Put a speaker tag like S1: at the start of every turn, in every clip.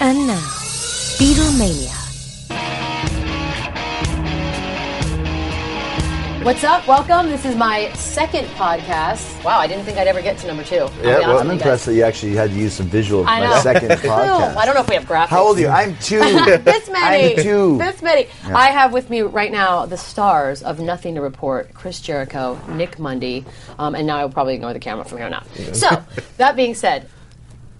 S1: And now, Beatlemania.
S2: What's up? Welcome. This is my second podcast. Wow, I didn't think I'd ever get to number two. I'll be
S3: Yeah,
S2: honest
S3: well,
S2: with
S3: I'm
S2: you guys.
S3: impressed that you actually had to use some visual for
S2: I
S3: my
S2: know.
S3: second
S2: Boom.
S3: podcast.
S2: I don't know if we have graphics.
S3: How old are you? I'm two.
S2: this many.
S3: I'm two.
S2: This many. I have with me right now the stars of Nothing to Report: Chris Jericho, Nick Mundy, um, and now I will probably ignore the camera from here on out. So that being said,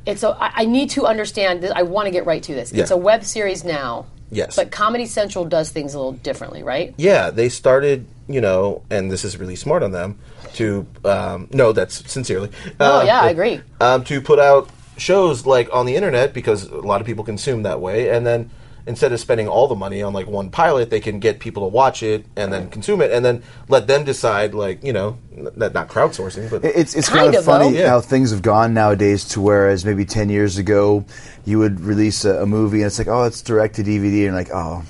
S2: it's a, I, I need to understand. This, I want to get right to this. It's
S4: Yeah.
S2: a web series now.
S4: Yes.
S2: But Comedy Central does things a little differently, right?
S4: yeah, they started, you know, and this is really smart on them to um, no, that's sincerely.
S2: Oh,
S4: Uh,
S2: yeah, I agree.
S4: Um, to put out shows like on the internet because a lot of people consume that way, and then instead of spending all the money on like one pilot, they can get people to watch it and then consume it, and then let them decide, like you know, that not crowdsourcing, but
S3: It's it's
S2: Kind
S3: kind, of,
S2: of,
S3: funny
S4: though. Yeah.
S3: how things have gone nowadays. To whereas maybe ten years ago, you would release a, a movie and it's like, oh, it's direct to DVD, and like, oh,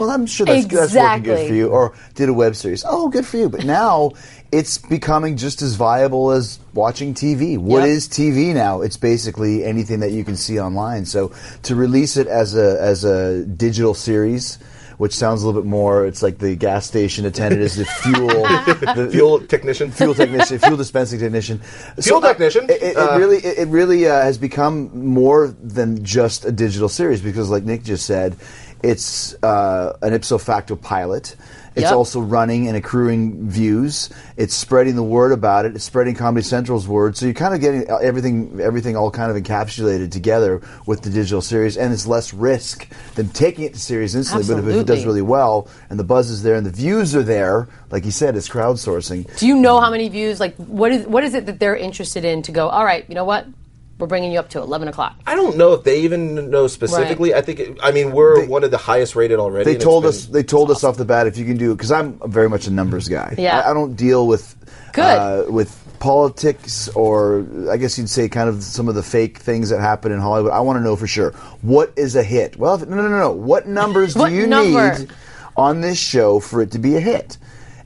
S3: well, I'm sure that's, that's working
S2: Exactly.
S3: good for you. Or did a web series, oh, good for you. But now it's becoming just as viable as watching TV. What
S2: Yep.
S3: is TV now? It's basically anything that you can see online. So to release it as a as a digital series. Which sounds a little bit more. It's like the gas station attendant is the fuel, the,
S4: fuel technician,
S3: fuel technician, fuel dispensing technician,
S4: Fuel
S3: uh,
S4: technician.
S3: It, it,
S4: Uh,
S3: it really, it, it really uh, has become more than just a digital series because, like Nick just said, it's uh, an ipso facto pilot. It's
S2: Yep.
S3: also running and accruing views. It's spreading the word about it. It's spreading Comedy Central's word. So you're kind of getting everything, everything all kind of encapsulated together with the digital series, and it's less risk than taking it to series instantly. But if it
S2: Absolutely.
S3: does really well, and the buzz is there, and the views are there, like you said, it's crowdsourcing.
S2: Do you know how many views? Like, what is what is it that they're interested in to go? All right, you know what? We're bringing you up to eleven o'clock.
S4: I don't know if they even know specifically. I think it, I mean we're one of the highest rated already.
S3: They
S4: and it's
S3: told
S4: been-
S3: us. They told us off the bat if you can do because I'm very much a numbers guy.
S2: Yeah.
S3: I, I don't deal with
S2: Good.
S3: uh, with politics or I guess you'd say kind of some of the fake things that happen in Hollywood. I want to know for sure what is a hit. Well, if, no, no, no, no. What numbers
S2: What
S3: do you
S2: number?
S3: need on this show for it to be a hit?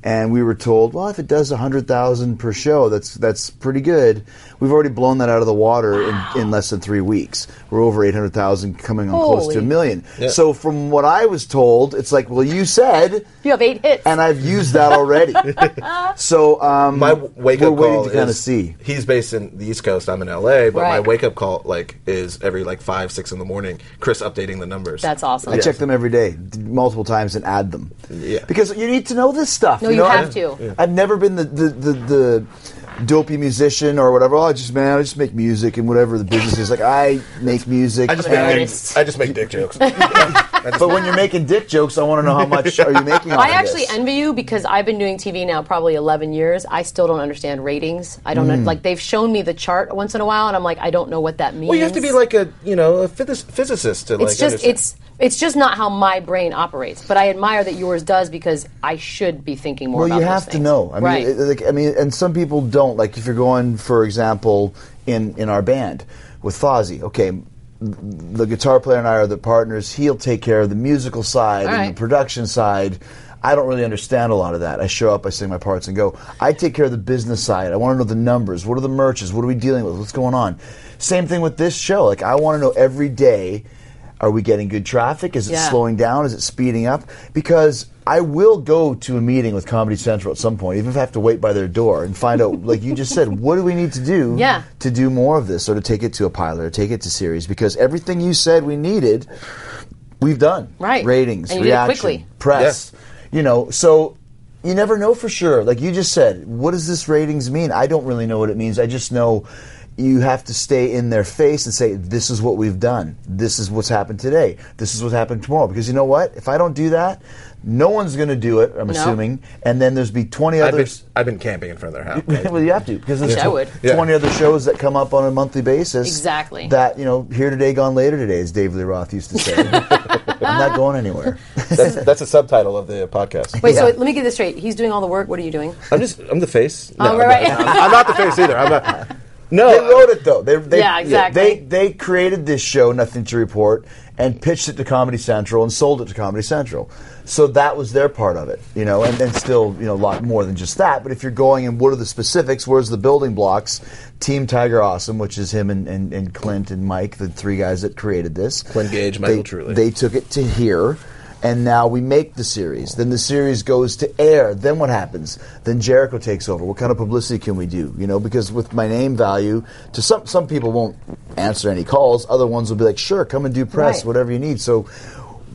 S3: And we were told, well, if it does hundred thousand per show, that's that's pretty good. We've already blown that out of the water in, in less than three weeks. We're over eight hundred thousand, coming on close to a
S2: Holy
S3: million. So from what I was told, it's like, well, you said,
S2: You have eight hits.
S3: and I've used that already. so um,
S4: my w- wake
S3: we're
S4: up
S3: waiting
S4: call
S3: to kind of
S4: is-
S3: see.
S4: He's based in the East Coast. I'm in LA, but my
S2: Right.
S4: wake up call like is every like five six in the morning. Chris updating the numbers.
S2: That's awesome.
S3: I check them every day, d- multiple times, and add them.
S4: Yeah.
S3: Because you need to know this stuff.
S2: No, you
S3: know?
S2: have
S3: I've-
S2: to. Yeah.
S3: I've never been the the, the the dopey musician or whatever. Oh, I just man, I just make music and whatever the business is. Like I make music.
S4: I just
S3: and-
S4: make dick,
S2: artist.
S4: I just make dick jokes.
S3: but when you're making dick jokes, I want to know how much are you making. Off
S2: I
S3: of
S2: actually
S3: this?
S2: envy you because I've been doing TV now probably 11 years. I still don't understand ratings. I don't
S3: Mm.
S2: know, like they've shown me the chart once in a while, and I'm like, I don't know what that means.
S4: well, you have to be like a you know a phys- physicist to like.
S2: it's just
S4: understand.
S2: it's it's just not how my brain operates. But I admire that yours does because I should be thinking more.
S3: Well,
S2: about
S3: you
S2: those
S3: have to
S2: things.
S3: know. I mean,
S2: right?
S3: it- like, I mean, and some people don't. Like if you're going, for example, in in our band with Fozzy, okay. m- The guitar player and I are the partners. He'll take care of the musical side
S2: All
S3: and
S2: right.
S3: the production side. I don't really understand a lot of that. I show up, I sing my parts, and go. I take care of the business side. I want to know the numbers. What are the merches? What are we dealing with? What's going on? Same thing with this show. Like I want to know every day. Are we getting good traffic? Is it
S2: Yeah.
S3: slowing down? Is it speeding up? Because I will go to a meeting with Comedy Central at some point, even if I have to wait by their door and find out, like you just said, what do we need to do
S2: Yeah.
S3: to do more of this or to take it to a pilot or take it to series? Because everything you said we needed, we've done.
S2: Right.
S3: Ratings,
S2: And you did it
S3: reaction,
S2: quickly.
S3: press. You know, so you never know for sure. Like you just said, what does this ratings mean? I don't really know what it means. I just know you have to stay in their face and say, this is what we've done. This is what's happened today. This is what happened tomorrow. Because you know what? If I don't do that, no one's going to do it, I'm assuming. And then there's be 20
S4: I've been,
S3: others.
S4: I've been camping in front of their house.
S3: well, you have to because there's
S2: Yeah, I would.
S3: tw- 20 other shows that come up on a monthly basis.
S2: Exactly.
S3: That, you know, here today, gone later today, as Dave Lee Roth used to say. I'm not going anywhere.
S4: that's, that's the subtitle of the podcast.
S2: Wait, so
S3: Yeah.
S2: let me get this straight. He's doing all the work. What are you doing?
S4: I'm just I'm the face.
S2: Oh,
S4: I'm,
S2: right,
S4: not, I'm not the face either. I'm not. No. uh,
S3: they wrote it though. They, they,
S2: Yeah, exactly.
S3: They they created this show, Nothing to Report, and pitched it to Comedy Central and sold it to Comedy Central. So that was their part of it, you know, and then still, you know, a lot more than just that. But if you're going and what are the specifics? Where's the building blocks? Team Tiger Awesome, which is him and, and, and Clint and Mike, the three guys that created this.
S4: Clint Gage, Michael
S3: they,
S4: Truly.
S3: They took it to here, and now we make the series. Then the series goes to air. Then what happens? Then Jericho takes over. What kind of publicity can we do? You know, because with my name value, to some some people won't answer any calls. Other ones will be like, sure, come and do press,
S2: Right.
S3: whatever you need. So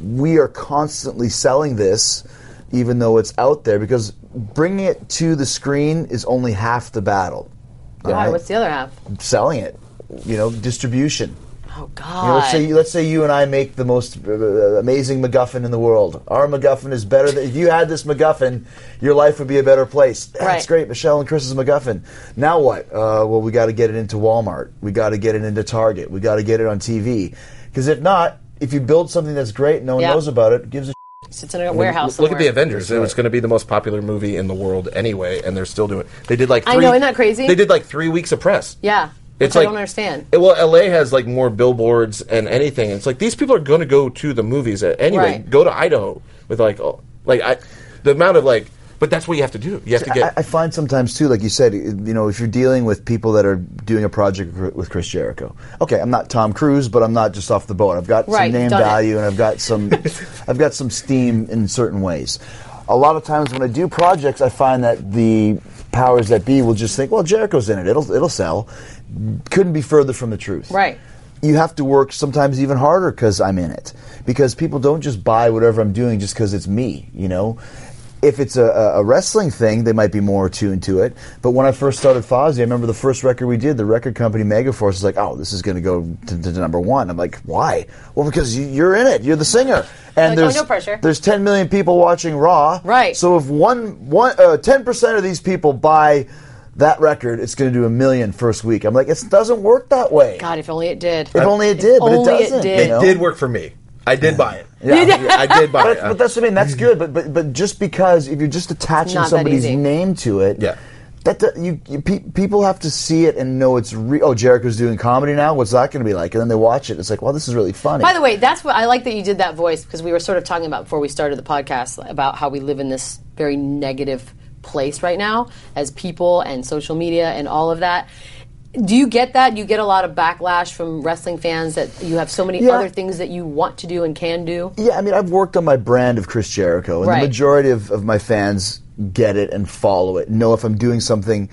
S3: we are constantly selling this. Even though it's out there, because bringing it to the screen is only half the battle. All
S2: Why?
S3: right?
S2: What's the other half?
S3: Selling it, you know, distribution.
S2: Oh
S3: You know,
S2: God.
S3: let's say let's say you and I make the most uh, amazing MacGuffin in the world. Our MacGuffin is better. Than, if you had this MacGuffin, your life would be a better place. That's
S2: Right.
S3: great, Michelle and Chris's MacGuffin. Now what? Uh, well, we got to get it into Walmart. We got to get it into Target. We got to get it on TV. Because if not, if you build something that's great, and no one
S2: Yeah.
S3: knows about it. it Gives a
S2: Sits in a warehouse.
S4: Look at the
S2: somewhere.
S4: Avengers. It was going to be the most popular movie in the world anyway, and they're still doing. They did like
S2: I
S4: three,
S2: know, isn't that crazy?
S4: They did like three weeks of press.
S2: Yeah.
S4: It's
S2: Which I
S4: like,
S2: don't understand.
S4: it- well, LA has like more billboards and anything. It's like these people are going to go to the movies a- anyway.
S2: Right.
S4: Go to Idaho with like, oh, like I, the amount of like, but that's what you have to do. You have to
S3: I,
S4: get.
S3: I find sometimes too, like you said, you know, if you're dealing with people that are doing a project gr- with Chris Jericho. Okay, I'm not Tom Cruise, but I'm not just off the boat. I've got
S2: Right,
S3: some name
S2: done it.
S3: value and I've got some, I've got some steam in certain ways. A lot of times when I do projects, I find that the powers that be will just think, well, Jericho's in it. It'll it'll sell. Couldn't be further from the truth.
S2: Right.
S3: You have to work sometimes even harder because I'm in it. Because people don't just buy whatever I'm doing just because it's me, you know? if it's a, a a wrestling thing, they might be more attuned to it. But when I first started Fozzy, I remember the first record we did, the record company Megaforce was like, "Oh, this is going to go to, to number one." I'm like, "Why?" Well, because you, you're in it. You're the singer,
S2: Like,
S3: and
S2: oh,
S3: there's
S2: no pressure.
S3: there's 10 million people watching Raw.
S2: Right.
S3: So if one one uh, 10 percent of these people buy that record, it's going to do a million first week. I'm like, it doesn't work that way.
S2: God, if only it did.
S3: If only it did, but it
S2: only it
S3: doesn't.
S2: did.
S3: you know?
S4: It did work for me. I did buy it.
S3: Yeah. You
S4: I did buy
S3: But,
S4: it.
S3: but that's what I mean. That's good. But but but just because if you're just attaching
S2: Not that
S3: somebody's
S2: easy.
S3: name to it,
S4: Yeah.
S3: That, that you, you pe- people have to see it and know it's real. Oh, Jericho's doing comedy now. What's that going to be like? And then they watch it. It's like, wow, this is really funny.
S2: By the way, that's what I like that you did that voice because we were sort of talking about before we started the podcast about how we live in this very negative place right now as people and social media and all of that. Do you get that? You get a lot of backlash from wrestling fans that you have so many
S3: Yeah.
S2: other things that you want to do and can do.
S3: yeah, I mean, I've worked on my brand of Chris Jericho, and
S2: Right.
S3: the majority of, of my fans get it and follow it. Know if I'm doing something.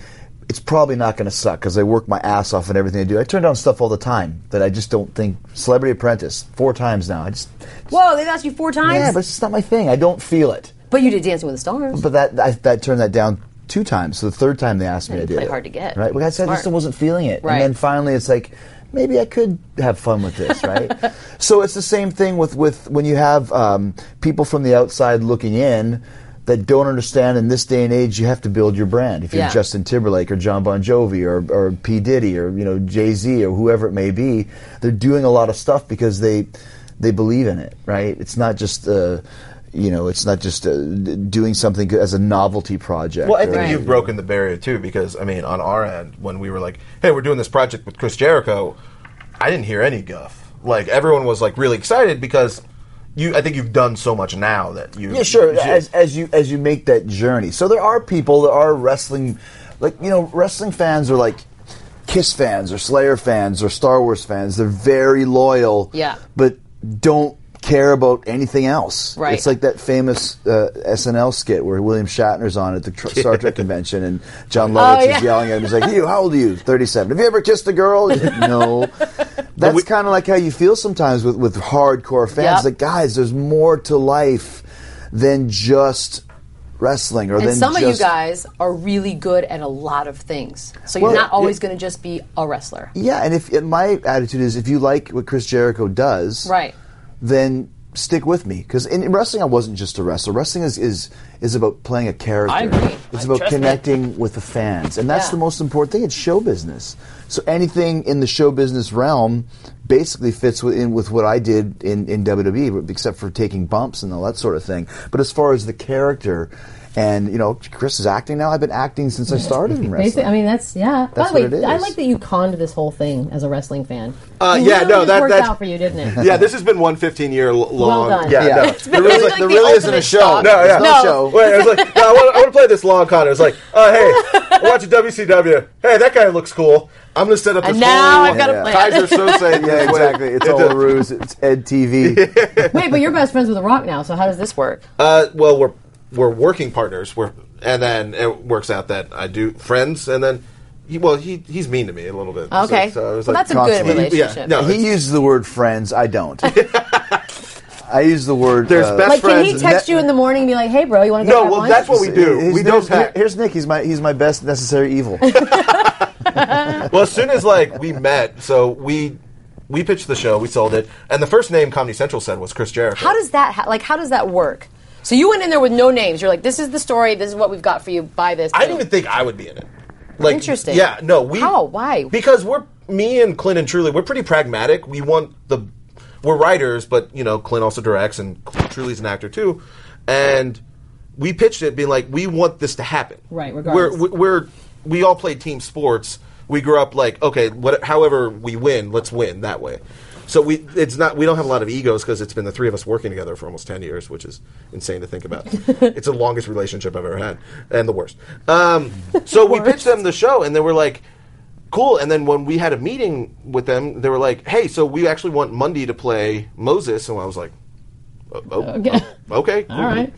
S3: It's probably not going to suck because I work my ass off in everything I do. I turn down stuff all the time that I just don't think. Celebrity Apprentice, four times now. I just,
S2: Whoa, they've asked you four times,
S3: yeah, but
S2: but,
S3: it's just not my thing. I don't feel it.
S2: you did Dancing with the Stars.
S3: But that I, that turned that down two times. So the third time they asked me, I
S2: it's
S3: did
S2: pretty
S3: it.
S2: hard to get.
S3: Right? Because I
S2: Smart.
S3: just wasn't feeling it.
S2: Right.
S3: And then finally, it's like maybe I could have fun with this, right? so it's the same thing with with when you have um, people from the outside looking in. That don't understand in this day and age, you have to build your brand. If you're
S2: Yeah.
S3: Justin Timberlake or John Bon Jovi or, or P Diddy or you know Jay Z or whoever it may be, they're doing a lot of stuff because they they believe in it, right? It's not just uh, you know, it's not just uh, d- doing something as a novelty project.
S4: Well, I
S3: or-
S4: think
S2: Right.
S4: you've broken the barrier too, because I mean, on our end, when we were like, "Hey, we're doing this project with Chris Jericho," I didn't hear any guff. Like everyone was like really excited because you, I think you've done so much now that you.
S3: Yeah, sure.
S4: you-
S3: As, as you as you make that journey, so there are people, there are wrestling, like you know, wrestling fans are like Kiss fans or Slayer fans or Star Wars fans. They're very loyal,
S2: Yeah.
S3: but don't care about anything else.
S2: Right.
S3: It's like that famous uh, SNL skit where William Shatner's on at the tr- Star Trek convention and John Lovitz
S2: Oh, yeah.
S3: is yelling at him. He's like, "You, how old are you? Thirty-seven. Have you ever kissed a girl? He's like, no." That's kind of like how you feel sometimes with with hardcore fans.
S2: Yep.
S3: Like, guys, there's more to life than just wrestling or
S2: and
S3: than
S2: some
S3: just,
S2: of you guys are really good at a lot of things, so you're
S3: Well,
S2: not always going to just be a wrestler.
S3: Yeah, and if and my attitude is if you like what Chris Jericho does,
S2: Right.
S3: then stick with me because in, in wrestling I wasn't just a wrestler. Wrestling is is is about playing a character.
S2: I agree.
S3: It's
S2: I-
S3: about
S2: trust me.
S3: connecting with the fans, and that's
S2: Yeah.
S3: the most important thing. It's show business. So anything in the show business realm basically fits within with what I did E, in in WWE, except for taking bumps and all that sort of thing. But as far as the character. And you know, Chris is acting now. I've been acting since I started in wrestling.
S2: Basically, I mean, that's yeah.
S3: That's
S2: By the
S3: what
S2: way,
S3: it
S2: I
S3: is.
S2: like that you conned this whole thing as a wrestling fan.
S4: Uh,
S2: It
S4: yeah,
S2: really
S4: no,
S2: just
S4: that-
S2: worked
S4: that's-
S2: out for you, didn't it?
S4: Yeah, this has been one 15 year l- long.
S2: done.
S4: Yeah,
S3: Yeah.
S4: no.
S3: It's
S4: There really-
S2: it's like
S4: there
S2: the
S4: really
S2: ultimate
S4: isn't a show.
S2: stop.
S4: No, yeah.
S3: There's
S2: no No.
S3: show.
S4: Wait, I was like, no, I want, I want to play this long con. It was like, oh, hey, I watch a WCW. Hey, that guy looks cool. I'm going to set up this
S2: And now
S4: whole
S2: I've got a
S3: Yeah.
S2: plan.
S4: Kaiser Sose.
S3: yeah, exactly. It's all a ruse. It's Ed TV.
S2: Wait, but you're best friends with The Rock now, so how does this work?
S4: Uh, well, we're we're working partners. We're and then it works out that I do friends, and then he, well, he he's mean to me a little bit. So-
S2: Okay,
S4: so I was
S2: well,
S4: like-
S2: that's a good
S3: constantly-
S2: relationship.
S4: Yeah, no,
S3: he
S4: it's-
S3: uses the word friends. I don't. I use the word. uh,
S4: There's best
S2: Like, can he
S4: friends.
S2: text you in the morning and be like, "Hey, bro, you want to go?"
S4: No,
S2: have
S4: well,
S2: lunch?
S4: that's what we do.
S3: Here's-
S4: we don't
S3: here's-
S4: pack.
S3: Here's Nick. He's my he's my best necessary evil.
S4: well, as soon as like we met, so we we pitched the show, we sold it, and the first name Comedy Central said was Chris Jericho.
S2: How does that ha- like? How does that work? So you went in there with no names. You're like, "This is the story. This is what we've got for you. Buy this."
S4: I didn't even think I would be in it. Like,
S2: Interesting.
S4: Yeah, no, we.
S2: How? Why?
S4: Because we're me and Clint and Truly. We're pretty pragmatic. We want the we're writers, but you know, Clint also directs, and Truly's an actor too. And we pitched it, being like, we want this to happen.
S2: Right,
S4: We're
S2: regardless.
S4: we- we're we all played team sports. We grew up like, okay, what, however we win, let's win that way. So we it's not we don't have a lot of egos because it's been the three of us working together for almost ten years, which is insane to think about. it's the longest relationship I've ever had and the worst. Um, so we pitched them the show, and they were like, cool. And then when we had a meeting with them, they were like, hey, so we actually want Monday to play Moses, and I was like, "Oh, oh,
S2: Okay.
S4: oh, okay,
S2: All right,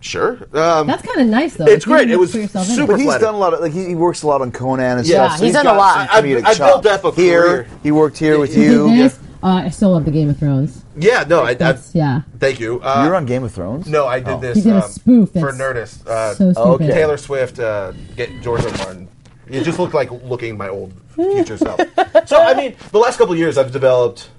S4: sure. Um,
S5: That's kind of nice, though.
S4: it's
S5: You
S4: great.
S5: can
S4: It was
S5: put yourself in.
S4: super.
S3: But he's
S4: flattering.
S3: done a lot of like he, he works a lot on Conan and
S4: Yeah.
S3: stuff.
S2: he's done a
S3: got
S2: lot.
S3: some
S4: I- I-
S3: comedic
S4: I built
S3: chops.
S4: up a
S3: here.
S4: career.
S3: He worked here with
S5: Is it
S3: you.
S5: nice? Uh, I still love the Game of Thrones.
S4: Yeah, no, I, I
S5: That's yeah.
S4: thank you. Uh,
S3: You're on Oh. Game of Thrones.
S4: No, I did this
S5: He did
S4: um,
S5: a spoof
S4: for
S5: that's
S4: Nerdist. Uh,
S5: so stupid.
S3: okay.
S4: Taylor Swift, uh, get George R. R. Martin. It just looked like looking at my old future self. So I mean, the last couple of years I've developed,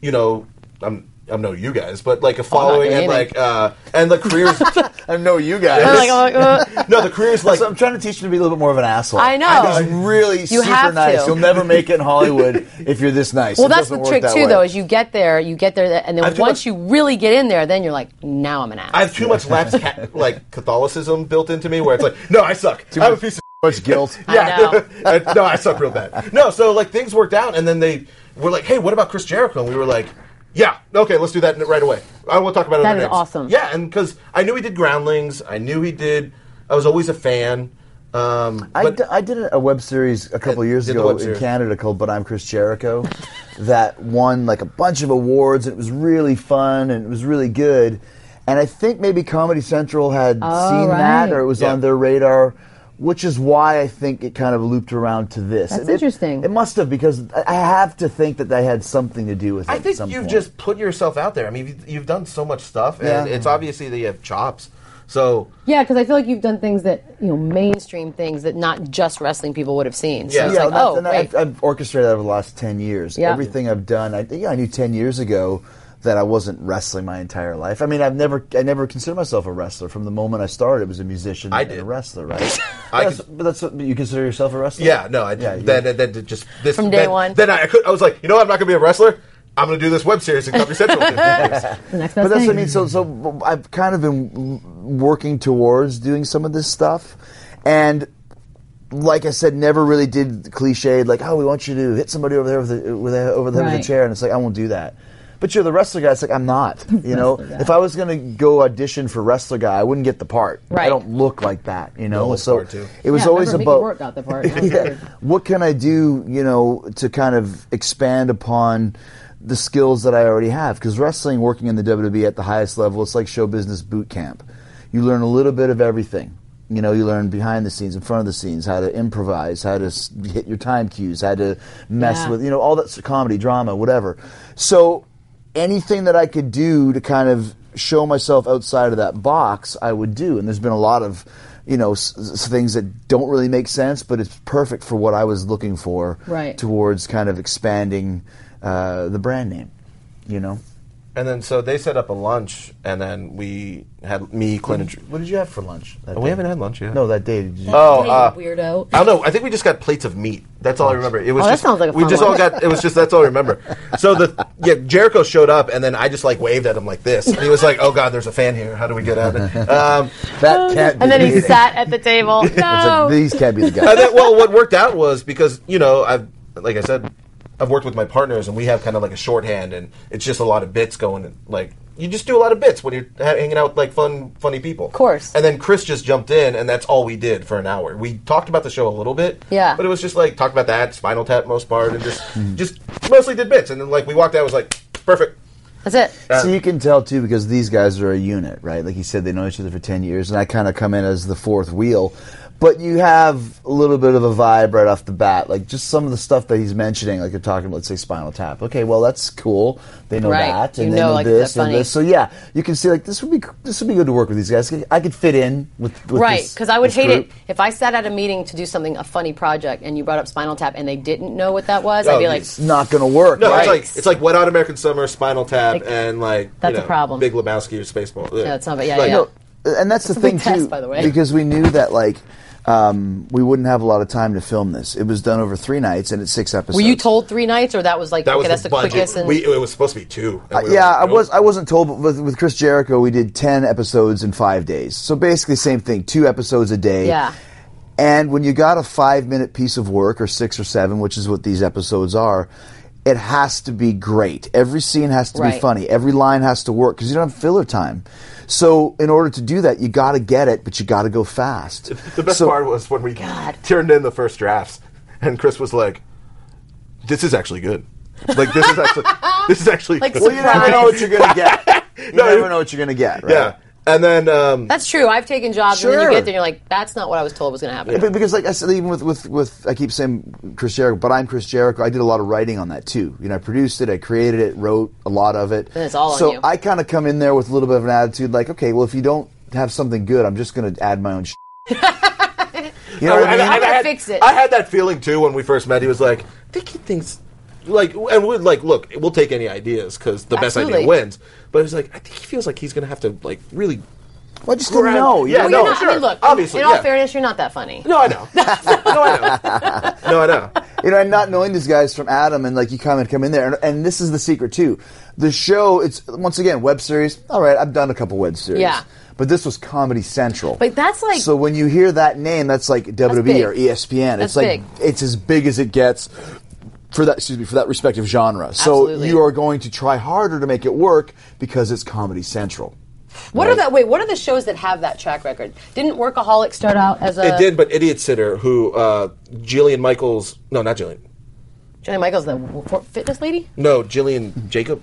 S4: you know, I'm I'm no you guys, but
S3: Oh,
S4: like a following
S2: doing
S4: and
S2: anything.
S4: like uh, and the careers.
S3: I know you guys.
S2: I'm like, oh, uh,
S4: no, the careers like
S3: So I'm trying to teach him to be a little bit more of an asshole.
S2: I know.
S3: I he's really super
S2: have to.
S3: nice. You'll never make it in Hollywood if you're this nice.
S2: well,
S3: It
S2: that's the
S3: doesn't work
S2: trick
S3: that
S2: too,
S3: way.
S2: though. Is you get there, you get there, and then
S4: I've done
S2: once
S4: a-
S2: you really get in there, then you're like, "Now I'm an ass."
S4: I have too much lapsed ca- like Catholicism built into me, where it's like, no, I suck. I'm a piece of
S3: much guilt.
S4: Yeah. I- no, I suck real bad. No, so like things worked out, and then they were like, "Hey, what about Chris Jericho?" And we were like, "Yeah, okay, let's do that right away. I will talk about it."
S2: That
S4: other
S2: is
S4: names."
S2: awesome.
S4: Yeah, and because I knew he did Groundlings, I knew he did. I was always a fan. Um,
S3: I
S4: but-
S3: d- I did a web series a couple
S4: Uh,
S3: years
S4: did the
S3: ago
S4: web
S3: in
S4: series.
S3: Canada called "But I'm Chris Jericho," that won like a bunch of awards. And it was really fun and it was really good. And I think maybe Comedy Central had
S2: Oh,
S3: seen that
S5: right.
S3: or it was
S4: Yeah.
S3: on their radar, which is why I think it kind of looped around to this.
S2: That's
S3: It-
S2: interesting.
S3: It, must have because I I have to think that they had something to do with it.
S4: I
S3: at
S4: think
S3: some
S4: you've
S3: point.
S4: just put yourself out there. I mean, you've, you've done so much stuff, and
S3: Yeah.
S4: it's obviously that you have chops. So
S2: yeah, because I feel like you've done things that you know mainstream things that not just wrestling people would have seen. So
S4: Yeah.
S2: it's
S4: Yeah,
S2: like,
S3: that's-
S2: oh,
S3: and
S2: wait.
S3: I've, I've orchestrated that over the last ten years.
S2: Yeah.
S3: Everything I've done, I, yeah, I knew ten years ago that I wasn't wrestling my entire life. I mean, I've never, I never considered myself a wrestler from the moment I started. I was a musician
S4: I
S3: and a
S4: did.
S3: wrestler, right?
S4: I
S3: that's,
S4: could-
S3: but that's what, you consider yourself a wrestler.
S4: yeah, no, I
S3: Yeah,
S4: did.
S3: yeah.
S4: then, then, then just this
S2: From day
S4: then-
S2: one.
S4: Then I, I could. I was like, you know, what? I'm not going to be a wrestler. I'm going to do this web series in Comedy Central. in 15 years."
S5: The next
S3: But
S5: best
S3: that's
S5: thing.
S3: what I mean. So, so I've kind of been w- working towards doing some of this stuff, and like I said, never really did cliche like, "Oh, we want you to hit somebody over there with the, with the, over the head with
S5: Right.
S3: a chair," and it's like, "I won't do that." But you're the wrestler guy. It's like I'm not. You know,
S5: Wrestler guy.
S3: if I was gonna go audition for wrestler guy, I wouldn't get the part.
S2: Right.
S3: I don't look like that. You know,
S4: looks
S3: so
S4: hard, too.
S3: it was
S2: Yeah,
S3: always
S2: remember Mickey
S3: about
S2: Rourke got the part. I
S3: yeah.
S2: remember.
S3: What can I do, you know, to kind of expand upon the skills that I already have? Because wrestling, working in the WWE at the highest level, it's like show business boot camp. You learn a little bit of everything. You know, you learn behind the scenes, in front of the scenes, how to improvise, how to s- hit your time cues, how to mess
S2: Yeah.
S3: with, you know, all that s- comedy, drama, whatever. So anything that I could do to kind of show myself outside of that box, I would do. And there's been a lot of, you know, s- s- things that don't really make sense, but it's perfect for what I was looking for
S5: Right.
S3: towards kind of expanding uh, the brand name, you know?
S4: And then so they set up a lunch, and then we had me, Clint, and Drew.
S3: What did you have for lunch? that
S4: We
S3: day?
S4: haven't had lunch yet.
S3: No, that day. Did you,
S4: Oh,
S2: Hey,
S4: uh,
S2: weirdo.
S4: I don't know. I think we just got plates of meat. That's all I remember. It was
S2: Oh, that
S4: just,
S2: sounds like a
S4: we
S2: fun
S4: just
S2: one.
S4: all got. It was just that's all I remember. So the yeah Jericho showed up, and then I just like waved at him like this. And he was like, "Oh God, there's a fan here. How do we get out?" of it?" Um,
S3: that can't. be
S2: And then he "Oh."
S3: the-
S2: sat at the table.
S3: It's like,
S2: No.
S3: These can't be the
S4: and
S3: guys.
S4: then, well, what worked out was because you know I've like I said, I've worked with my partners, and we have kind of like a shorthand, and it's just a lot of bits going. And, like you just do a lot of bits when you're ha- hanging out with like fun, funny people. Of
S2: course.
S4: And then Chris just jumped in, and that's all we did for an hour. We talked about the show a little bit,
S2: Yeah.
S4: but it was just like talked about that Spinal Tap most part, and just just mostly did bits, and then like we walked out, it was like perfect.
S2: That's it.
S3: so you can tell too because these guys are a unit, right? Like you said, they know each other for ten years, and I kind of come in as the fourth wheel. But you have a little bit of a vibe right off the bat, like just some of the stuff that he's mentioning, like you're talking, let's say Spinal Tap. Okay, well that's cool. They know
S2: Right.
S3: that, and
S2: You
S3: they
S2: know,
S3: know
S2: like,
S3: this
S2: they're
S3: and this. So
S2: funny.
S3: yeah, you can see like this would be this would be good to work with these guys. I could fit in with, with
S2: Right,
S3: this-
S2: because I would
S3: this
S2: hate
S3: group.
S2: it if I sat at a meeting to do something, a funny project, and you brought up Spinal Tap and they didn't know what that was. I'd
S4: Oh,
S2: be like,
S4: yes.
S3: It's not going to work.
S4: No,
S3: right?
S4: it's like it's like Wet Out American Summer, Spinal Tap,
S2: Like,
S4: and like you
S2: that's a
S4: know,
S2: problem.
S4: Big Lebowski or Spaceball. Yeah,
S2: it's not- but yeah,
S4: Like,
S2: yeah, yeah.
S3: and that's the
S2: a big
S3: thing too,
S2: test, by the way.
S3: because we knew that like um, we wouldn't have a lot of time to film this. It was done over three nights and it's six episodes.
S2: were you told three nights, or that was like,
S4: That
S2: okay,
S4: was
S2: that's
S4: the,
S2: the,
S4: budget.
S2: quickest? And
S4: we, it was supposed to be two. and we were
S3: Uh, yeah,
S4: like,
S3: I
S4: nope.
S3: was. I wasn't told, but with, with Chris Jericho, we did ten episodes in five days. So basically, same thing, two episodes a day.
S2: yeah,
S3: And when you got a five minute piece of work, or six or seven, which is what these episodes are, it has to be great. Every scene has to be
S2: Right.
S3: funny. Every line has to work because you don't have filler time. So, in order to do that, you got to get it, but you got to go fast.
S4: The best
S3: So-
S4: part was when we turned in the first drafts, and Chris was like, "This is actually good. Like this is actually this is actually
S2: Like,
S4: good."
S3: Well, you never know what you're going to get. You
S4: No,
S3: never know what you're going to get, right?
S4: yeah. And then um,
S2: that's true. I've taken jobs, and then
S3: Sure.
S2: you get there, and you're like, that's not what I was told was going to happen.
S3: But because, like I said, even with, with, with I keep saying Chris Jericho, but I'm Chris Jericho. I did a lot of writing on that too. You know, I produced it, I created it, wrote a lot of it.
S2: Then it's all on
S3: so
S2: you.
S3: I kind of come in there with a little bit of an attitude, like, okay, well, if you don't have something good, I'm just going to add my own. Sh-. you know what I
S4: and
S3: mean?
S2: I- gotta
S4: had,
S2: fix it.
S4: I had that feeling too when we first met. He was like, I think he thinks like, and we're like, look, we'll take any ideas because the best idea
S2: Absolutely.
S4: wins. But he's like, I think he feels like he's gonna have to like really.
S3: well, I just didn't
S4: Right.
S3: know. you
S4: Yeah,
S3: know?
S2: Well, you're
S4: no,
S2: not- I
S4: sure.
S2: mean, look,
S4: Obviously,
S2: in all
S4: yeah.
S2: fairness, you're not that funny.
S4: No, I know. no, I know. No, I know.
S3: you know, and not knowing these guys from Adam, and like you come and come in there, and, and this is the secret too. The show, it's once again web series. All right, I've done a couple web series.
S2: Yeah.
S3: But this was Comedy Central.
S2: But that's like-
S3: so when you hear that name, that's like WWE
S2: big.
S3: or E ESPN.
S2: That's
S3: it's like
S2: big.
S3: it's as big as it gets for that excuse me for that respective genre. So
S2: Absolutely.
S3: you are going to try harder to make it work because it's Comedy Central.
S2: What are that? Wait, what are the shows that have that track record? Didn't Workaholic start out as a?
S4: It did, but Idiot Sitter, who uh, Jillian Michaels, no, not Jillian,
S2: Jenny Michaels, the w- fitness lady.
S4: no, Jillian Jacob.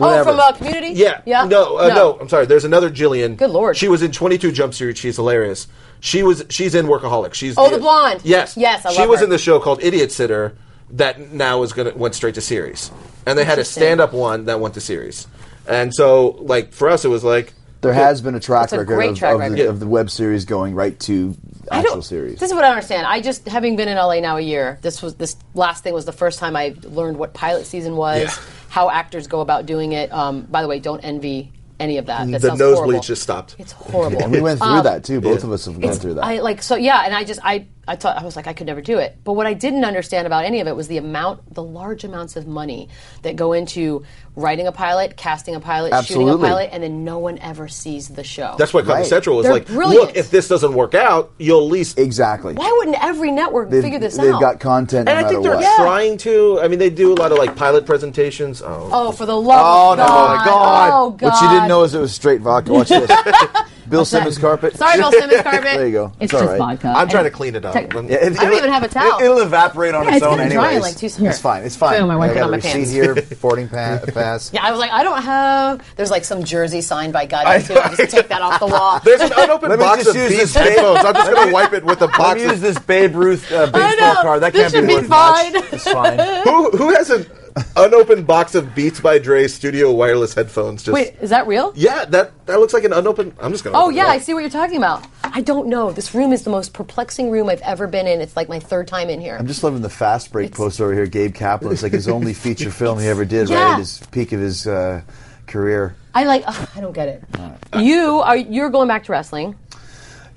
S2: Oh,
S3: Whatever.
S2: from uh, Community.
S4: Yeah,
S2: yeah.
S4: No, uh, no, I'm sorry. There's another Jillian.
S2: Good Lord.
S4: she was in 22 Jump Street. She's hilarious. She was she's in Workaholics. She's
S2: Oh, the blonde.
S4: Yes,
S2: Yes, I
S4: she
S2: love
S4: was
S2: her.
S4: in the show called Idiot Sitter that now is gonna went straight to series, and they had a
S2: Interesting.
S4: stand up one that went to series, and so like for us it was like
S3: There has been a track
S2: That's a
S3: record,
S2: great
S3: of,
S2: track
S3: of
S2: record.
S3: The, of the web series going right to
S2: I
S3: actual
S2: don't-
S3: series.
S2: This is what I don't understand. I just having been in LA now a year. This was this last thing was the first time I learned what pilot season was,
S4: Yeah.
S2: how actors go about doing it. Um, by the way, don't envy any of that. that
S4: the
S2: sounds
S4: nose
S2: horrible.
S4: bleach just stopped.
S2: It's horrible. Um,
S3: and we went through that too. Both of us have gone
S2: It's-
S3: through that.
S2: I like so yeah, and I just I I thought I was like I could never do it. But what I didn't understand about any of it was the amount, the large amounts of money that go into writing a pilot, casting a pilot, shooting
S3: Absolutely.
S2: a pilot, and then no one ever sees the show.
S4: That's why Comedy
S3: Right.
S4: Central was
S2: They're
S4: like,
S2: brilliant.
S4: look, if this doesn't work out, you'll at least.
S3: exactly.
S2: why wouldn't every network
S3: They've-
S2: figure this
S3: They've
S2: out?
S3: got content.
S4: And
S3: no
S4: I think
S3: matter
S4: they're
S3: what.
S2: Oh.
S4: trying to. I mean, they do a lot of like pilot presentations. Oh,
S2: Oh, for the love
S3: Oh
S2: of
S3: no!
S2: God! Oh God!
S3: What you didn't know is it was straight vodka. Watch this. Bill Simmons carpet.
S2: Sorry, Bill Simmons Carpet.
S3: There you go.
S5: It's
S3: all
S5: just
S3: right.
S5: vodka.
S4: I'm trying to
S5: And-
S4: clean it up.
S5: Tec-
S4: Let me-
S3: Yeah, it-
S2: I don't
S3: it'll-
S2: even have a towel.
S3: It, will evaporate on
S5: Yeah,
S3: its,
S5: it's
S3: own
S5: gonna
S3: anyways.
S5: dry in, like, two seconds.
S3: It's fine. It's fine.
S5: Feel my
S3: I
S5: work
S3: got
S2: on
S3: a
S2: my
S3: receipt
S2: pants.
S3: here. Boarding pa- pass.
S2: Yeah, I was like, I don't have. There's like some jersey signed by God. too. Just take that off the wall.
S4: There's an unopened
S3: Let me
S4: box
S3: just
S4: of
S3: use
S4: these
S3: this paper.
S4: headphones. I'm just going to wipe it with a
S3: Let
S4: box.
S3: me
S4: Of,
S3: use this Babe Ruth uh,
S2: know.
S3: baseball card. That
S2: This should
S3: can't be
S2: be
S3: worth much.
S2: fine.
S3: It's fine.
S4: who who has an unopened box of Beats by Dre studio wireless headphones? Just
S2: Wait, is that real?
S4: yeah, that that looks like an unopened. I'm just going. to
S2: Oh yeah, I see what you're talking about. I don't know. This room is the most perplexing room I've ever been in. It's like my third time in here.
S3: I'm just loving the fast break post over here. Gabe Kaplan's like his only feature film he ever did.
S2: Yeah.
S3: Right at his peak of his uh, career.
S2: I like. ugh, I don't get it. You are you're going back to wrestling.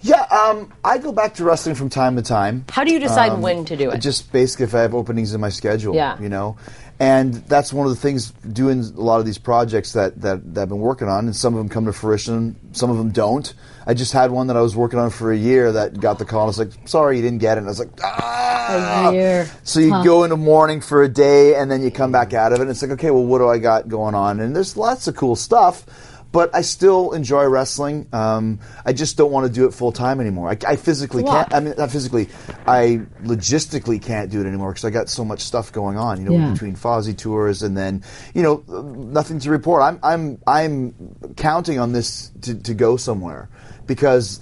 S3: Yeah, um, I go back to wrestling from time to time.
S2: How do you decide when to do it?
S3: Just basically if Um, I have openings in my schedule.
S2: Yeah.
S3: You know? And that's one of the things doing a lot of these projects that, that, that I've been working on, and some of them come to fruition, some of them don't. I just had one that I was working on for a year that got the call. and It's like, sorry, you didn't get it. And I was like, ah.
S5: A year.
S3: So you go into mourning for a day, and then you come back out of it. And it's like, okay, well, what do I got going on? And there's lots of cool stuff, but I still enjoy wrestling. Um, I just don't want to do it full time anymore. I, I physically
S2: Why?
S3: can't. I mean, not physically. I logistically can't do it anymore because I got so much stuff going on. You know,
S5: Yeah.
S3: between Fozzy tours and then, you know, nothing to report. I'm I'm I'm counting on this to, to go somewhere because,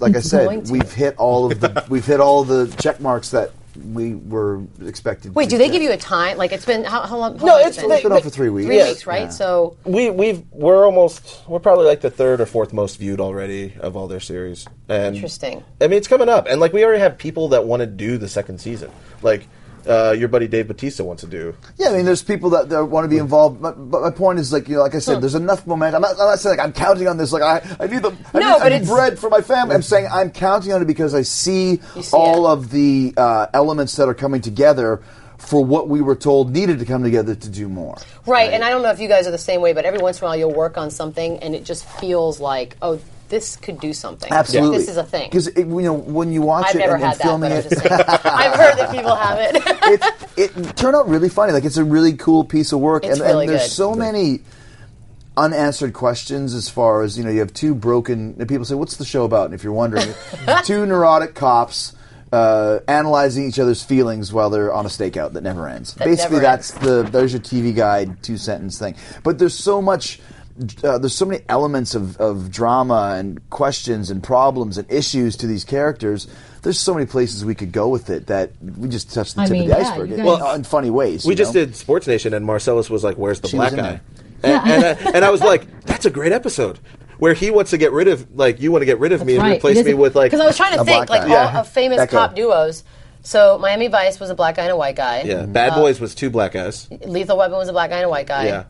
S3: like I
S2: going
S3: said,
S2: to.
S3: we've hit all of the we've hit all the check marks that we were expected.
S2: Wait,
S3: to
S2: do they
S3: hit.
S2: give you a time? Like it's been how, how long? How
S4: No,
S2: long has
S4: it's-
S2: been?
S3: It's been
S4: they-
S3: off for three weeks.
S2: three
S4: Yeah.
S2: weeks, right? So
S4: We we've we're almost we're probably like the third or fourth most viewed already of all their series. And
S2: Interesting.
S4: I mean, it's coming up, and like we already have people that want to do the second season. Like uh, your buddy Dave Batista wants to do.
S3: Yeah, I mean, there's people that, that want to be involved, but, but my point is, like, you know, like I said, there's enough momentum. I'm not, I'm not saying like I'm counting on this. Like I, I need the I
S2: No,
S3: need, I
S2: but
S3: need
S2: it's-
S3: bread for my family. I'm saying I'm counting on it because I see,
S2: You see
S3: all
S2: it.
S3: of the uh, elements that are coming together for what we were told needed to come together to do more.
S2: right, and I don't know if you guys are the same way, but every once in a while you'll work on something, and it just feels like oh, this could do something.
S3: Absolutely,
S2: this is a thing.
S3: Because you know when you watch
S2: I've
S3: it
S2: never
S3: and, and
S2: had that,
S3: filming
S2: but I'm
S3: it,
S2: just saying. I've heard that people have it.
S3: it, it turned out really funny. Like it's a really cool piece of work,
S2: It's
S3: and,
S2: really
S3: and there's
S2: good.
S3: so many unanswered questions as far as you know. You have two broken and people say, "What's the show about?" And if you're wondering, two neurotic cops. Uh, analyzing each other's feelings while they're on a stakeout that never ends. Basically,
S2: never
S3: that's the there's your TV guide two sentence thing. But there's so much, uh, there's so many elements of, of drama and questions and problems and issues to these characters. There's so many places we could go with it that we just touched the
S5: I
S3: tip
S5: mean,
S3: of the
S5: yeah,
S3: iceberg
S5: you
S3: in-
S5: guys-
S3: in, funny ways.
S4: We
S3: you
S4: just
S3: know?
S4: did Sports Nation, and Marcellus was like, "Where's the
S3: She
S4: black
S3: was in
S4: guy?" And, and, I- and I was like, "That's a great episode." Where he wants to get rid of, like, you want to get rid of me and
S5: right. It
S4: replace
S5: is
S4: me
S5: a-
S4: with, like,
S2: Because I was trying to
S3: A
S2: think,
S3: black
S2: like
S3: guy.
S2: all
S3: Yeah.
S2: of famous
S3: Echo.
S2: cop duos. So Miami Vice was a black guy and a white guy.
S4: yeah, Bad Boys was two black guys.
S2: Lethal Weapon was a black guy and a white guy.
S4: Yeah.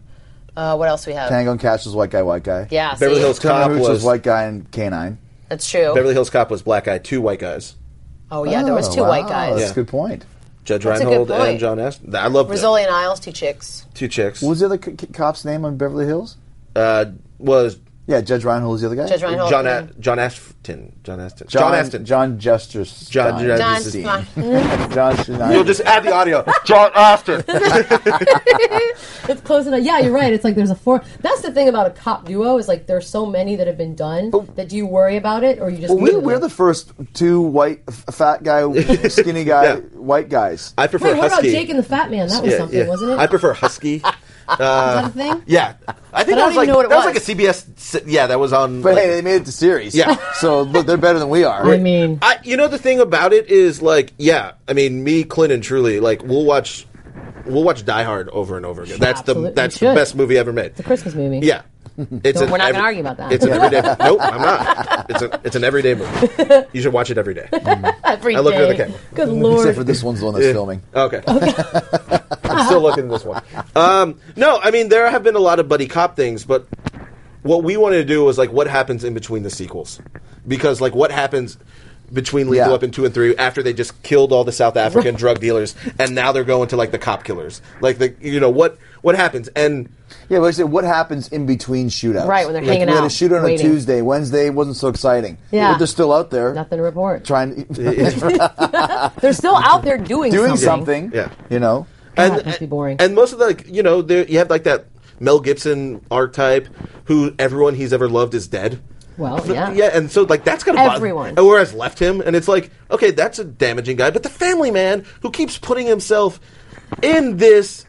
S2: Uh, what else we have?
S3: Tango and Cash was white guy, white guy.
S2: Yeah.
S4: Beverly
S2: see?
S4: Hills Cop
S3: Tony Hooch
S4: was,
S3: was, white guy and canine.
S2: That's true.
S4: Beverly Hills Cop was black guy, two white guys.
S2: oh yeah, there was
S3: Oh,
S2: two white
S3: wow,
S2: guys.
S3: That's
S4: Yeah.
S3: a good point.
S4: Judge
S2: That's a good
S4: Reinhold and
S2: point.
S4: John Aston. I love
S2: Rizzoli and Isles, two chicks.
S4: two chicks.
S3: What was the other c- c- cop's name on Beverly Hills?
S4: uh, was
S3: Yeah, Judge Reinhold was the other guy.
S2: Judge Reinhold.
S4: John
S2: and-
S4: A- John Ashton. John Ashton.
S3: John,
S4: John Ashton.
S3: John Jester.
S4: John Jester-
S2: John
S4: This is-
S2: Smith.
S3: John Schneider.
S4: You'll just add the audio. John Ashton.
S5: It's close enough. Yeah, you're right. It's like there's a four. That's the thing about a cop duo is like there's so many that have been done that do you worry about it or you just.
S3: Well, we,
S5: leave it?
S3: we're the first two white, f- fat guy, skinny guy,
S4: Yeah.
S3: white guys.
S4: I prefer
S5: Wait, what about
S4: husky.
S5: Jake and the Fat Man? That was
S4: Yeah,
S5: something,
S4: yeah.
S5: wasn't it?
S4: I uh, prefer husky.
S5: Is that a thing?
S4: yeah, I think
S2: I
S4: that
S2: don't
S4: was
S2: even
S4: like
S2: know what it
S4: that was.
S2: was.
S4: like a CBS. si- Yeah, that was on.
S3: But
S4: like-
S3: hey, they made it to series.
S4: Yeah.
S3: So look, they're better than we are.
S5: I mean,
S4: I, you know the thing about it is like, yeah, I mean, me, Clint, and Truly, like we'll watch, we'll watch Die Hard over and over again. That's
S5: Absolutely,
S4: the that's
S5: you
S4: the
S5: should.
S4: best movie ever made. It's a
S5: Christmas movie.
S4: Yeah. It's
S2: Don't-
S4: an
S2: we're not gonna argue about that.
S4: It's an everyday. nope, I'm not. It's a, it's an everyday movie. You should watch it every day.
S2: Every
S4: I look into the
S2: day.
S4: camera.
S5: Good
S3: Except for
S5: lord.
S3: this one's the one that's filming.
S4: Okay. I'm still looking at this one. Um, no, I mean there have been a lot of buddy cop things, but what we wanted to do was like what happens in between the sequels, because like what happens between Lethal
S3: Yeah.
S4: Weapon two and three after they just killed all the South African drug dealers and now they're going to like the cop killers, like the you know what what happens and
S3: Yeah, but I said, what happens in between shootouts?
S2: Right, when they're hanging
S3: we had a
S2: out,
S3: shootout on a
S2: waiting.
S3: Tuesday. Wednesday wasn't so exciting.
S5: Yeah.
S3: But they're still out there.
S5: Nothing to report.
S3: Trying,
S5: They're still out there doing,
S3: doing
S5: something.
S3: something.
S4: Yeah.
S3: You know?
S5: God, it must be boring.
S4: And most of the like, you know, there you have like that Mel Gibson archetype who everyone he's ever loved is dead.
S5: Well,
S4: F-
S5: yeah.
S4: and so like that's gonna bother-
S2: Everyone.
S4: and whereas left him, and it's like, okay, that's a damaging guy, but the family man who keeps putting himself in this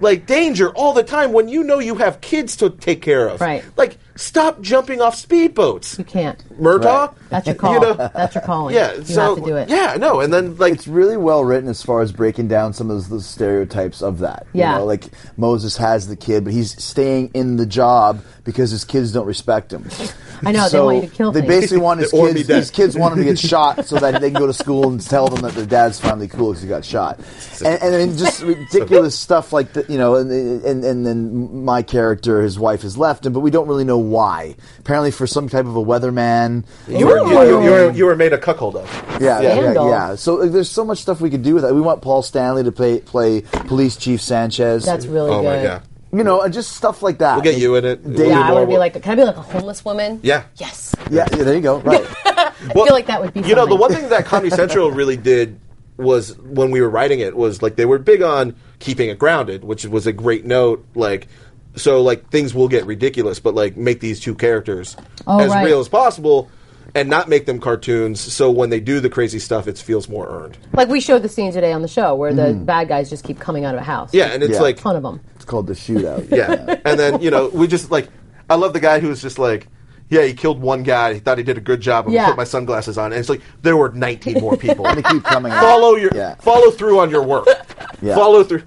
S4: like danger all the time when you know you have kids to take care of.
S5: Right.
S4: Like stop jumping off speedboats.
S2: You can't.
S4: Murtaugh?
S2: That's your call.
S4: You know?
S2: That's your calling.
S4: Yeah,
S2: you
S4: so
S2: have to do it.
S4: yeah, no, and then like
S3: it's really well written as far as breaking down some of the stereotypes of that. you
S2: Yeah.
S3: know, like Moses has the kid, but he's staying in the job because his kids don't respect him.
S2: I know, they
S3: So
S2: want you to kill
S3: They
S2: things.
S3: basically want his
S4: Or be
S3: kids.
S4: dead.
S3: His kids want him to get shot so that they can go to school and tell them that their dad's finally cool because he got shot. And, and then just ridiculous stuff like that, you know. And, and and then my character, his wife has left him, but we don't really know why. Apparently, for some type of a weatherman.
S4: you were, you, you, you were, you were made a cuckold of.
S3: Yeah, yeah, yeah,
S2: Scandal.
S3: yeah. So like, there's so much stuff we could do with that. We want Paul Stanley to play play Police Chief Sanchez.
S2: That's really
S4: Oh
S2: good.
S4: my god.
S3: you know, and just stuff like that.
S4: We'll get you in it. We'll
S3: David-
S2: Yeah, I
S4: Moore
S2: want to be
S4: will-
S2: like, can I be like a homeless woman?
S4: Yeah.
S2: Yes.
S3: Yeah, yeah, there you go. Right.
S4: Well,
S2: I feel like that would be.
S4: You know, the
S2: something.
S4: one thing that Comedy Central really did was when we were writing it was like they were big on keeping it grounded, which was a great note. Like, so like things will get ridiculous, but like make these two characters
S2: Oh,
S4: as
S2: right.
S4: real as possible. And not make them cartoons, so when they do the crazy stuff, it feels more earned.
S2: Like we showed the scene today on the show where the
S3: Mm-hmm.
S2: bad guys just keep coming out of a house.
S4: Yeah, and it's
S3: Yeah.
S4: like
S2: ton of them.
S3: it's called the shootout.
S4: Yeah. And then, you know, we just like I love the guy who was just like yeah, he killed one guy. He thought he did a good job. I'm
S2: Yeah.
S4: gonna put my sunglasses on, and it's like there were 19 more people.
S3: They keep coming. out.
S4: follow your
S3: Uh, Yeah.
S4: follow through on your work.
S3: Yeah.
S4: Follow through.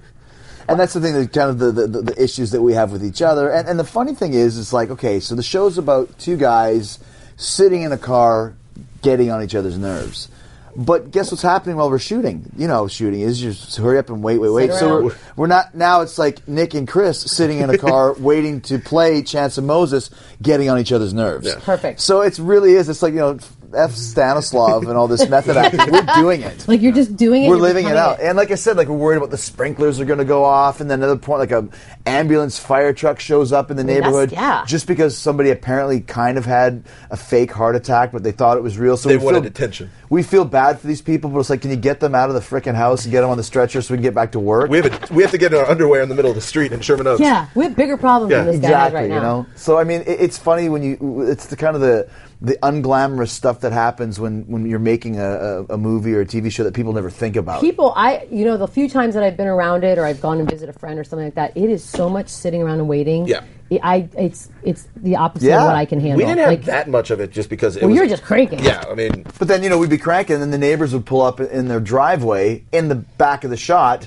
S3: and that's the thing that kind of the, the, the, the issues that we have with each other and, and the funny thing is it's like okay so the show's about two guys sitting in a car getting on each other's nerves but guess what's happening while we're shooting you know shooting is just hurry up and wait wait wait so
S2: around.
S3: we're, we're not now it's like nick and chris sitting in a car waiting to play chance and moses getting on each other's nerves
S2: Perfect.
S3: so it's really is it's like you know f stanislav and all this method acting we're doing it
S2: Like you're just doing it.
S3: we're
S2: you're
S3: living it
S2: becoming
S3: out. And like I said, like we're worried about the sprinklers are going to go off, and then another point, like a ambulance fire truck shows up in the
S2: mean, that's-
S3: neighborhood,
S2: yeah.
S3: just because somebody apparently kind of had a fake heart attack, but they thought it was real. So
S4: They
S3: we
S4: wanted
S3: feel,
S4: attention.
S3: We feel bad for these people, but it's like, can you get them out of the frickin' house and get them on the stretcher so we can get back to work?
S4: We have a, we have to get in our underwear in the middle of the street in Sherman Oaks.
S2: Yeah, we have bigger problems
S4: Yeah.
S2: than this guy has
S3: exactly
S2: right now.
S3: you know so i mean it, it's funny when you it's the kind of the the unglamorous stuff that happens when when you're making a, a, a movie or a tv show that people never think about
S2: People, I you know the few times that I've been around it, or I've gone and visit a friend or something like that, it is so much sitting around and waiting.
S4: Yeah.
S2: I- I it's it's the opposite
S3: Yeah.
S2: of what I can handle.
S4: We didn't have
S2: Like,
S4: that much of it just because it
S2: Well,
S4: was,
S2: you're just cranking.
S4: Yeah, I mean,
S3: But then you know we'd be cranking, and then the neighbors would pull up in their driveway in the back of the shot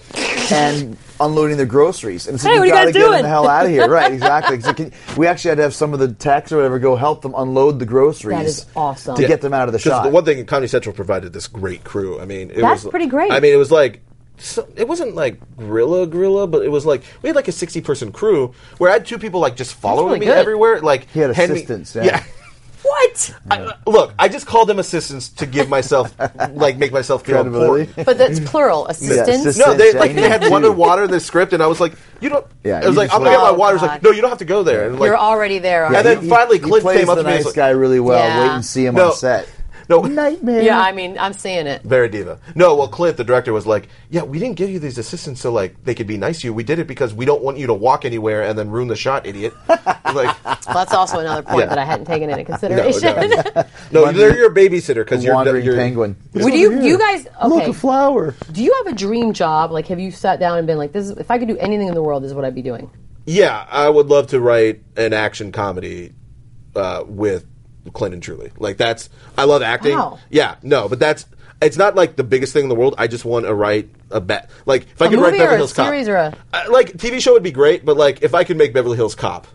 S3: and unloading their groceries. And it's like,
S6: Hey,
S3: you
S6: what are you guys
S3: gotta get them
S6: doing?"
S3: the hell out of here, right? Exactly. It's like, we actually had to have some of the techs or whatever go help them unload the groceries.
S2: That is awesome.
S3: to
S2: Yeah.
S3: get them out of the
S4: 'cause
S3: shot.
S4: the one thing Comedy Central provided this great crew. I mean, it
S2: That's
S4: was
S2: pretty great.
S4: I mean, it was like so, it wasn't like gorilla gorilla, but it was like we had like a sixty person crew where I had two people like just following
S2: really
S4: me
S2: good.
S4: everywhere. Like
S3: He had
S4: hand me-
S3: assistants, yeah.
S6: What?
S4: I- look, I just called them assistants to give myself like make myself feel
S3: Credibility.
S4: important.
S6: But that's plural. Assistants.
S3: assist-
S4: No, they
S3: Yeah,
S4: like
S3: you
S4: they
S3: need
S4: had
S3: to.
S4: one to water the script, and I was like, "You don't."
S3: Yeah,
S4: I
S3: you
S4: was like,
S3: just
S4: "I'm gonna get my
S3: want-
S4: water." I was
S6: Oh,
S4: like,
S6: God.
S4: "No, you don't have to go there." And, like,
S6: You're already there.
S4: And
S6: aren't
S4: then
S6: you?
S4: finally Cliff
S3: he plays
S4: came up
S3: the
S4: to me and
S3: nice
S4: was like-
S3: guy really well.
S6: Yeah.
S3: Wait and see him
S4: No.
S3: on set.
S4: No.
S3: nightmare.
S6: yeah, I mean, I'm seeing it.
S4: Very diva. No, well, Cliff, the director, was like, "Yeah, we didn't give you these assistants so like they could be nice to you. We did it because we don't want you to walk anywhere and then ruin the shot, idiot." like,
S6: Well, that's also another point
S4: Yeah.
S6: that I hadn't taken into
S4: no,
S6: consideration.
S4: no, no, they're your babysitter because you're
S3: wandering
S4: you're-
S3: penguin.
S6: Would you, you guys,
S3: Look,
S6: okay,
S3: a flower.
S6: do you have a dream job? Like, have you sat down and been like, this is, if I could do anything in the world, this is what I'd be doing?
S4: Yeah, I would love to write an action comedy uh, with Clint and Truly. Like that's I love acting.
S6: Wow.
S4: Yeah, no, but that's it's not like the biggest thing in the world. I just want to write a bet. Like if I could write
S6: movie or
S4: Beverly
S6: a
S4: Hills Cop,
S6: series or a-
S4: I- like TV show would be great. But like if I could make Beverly Hills Cop,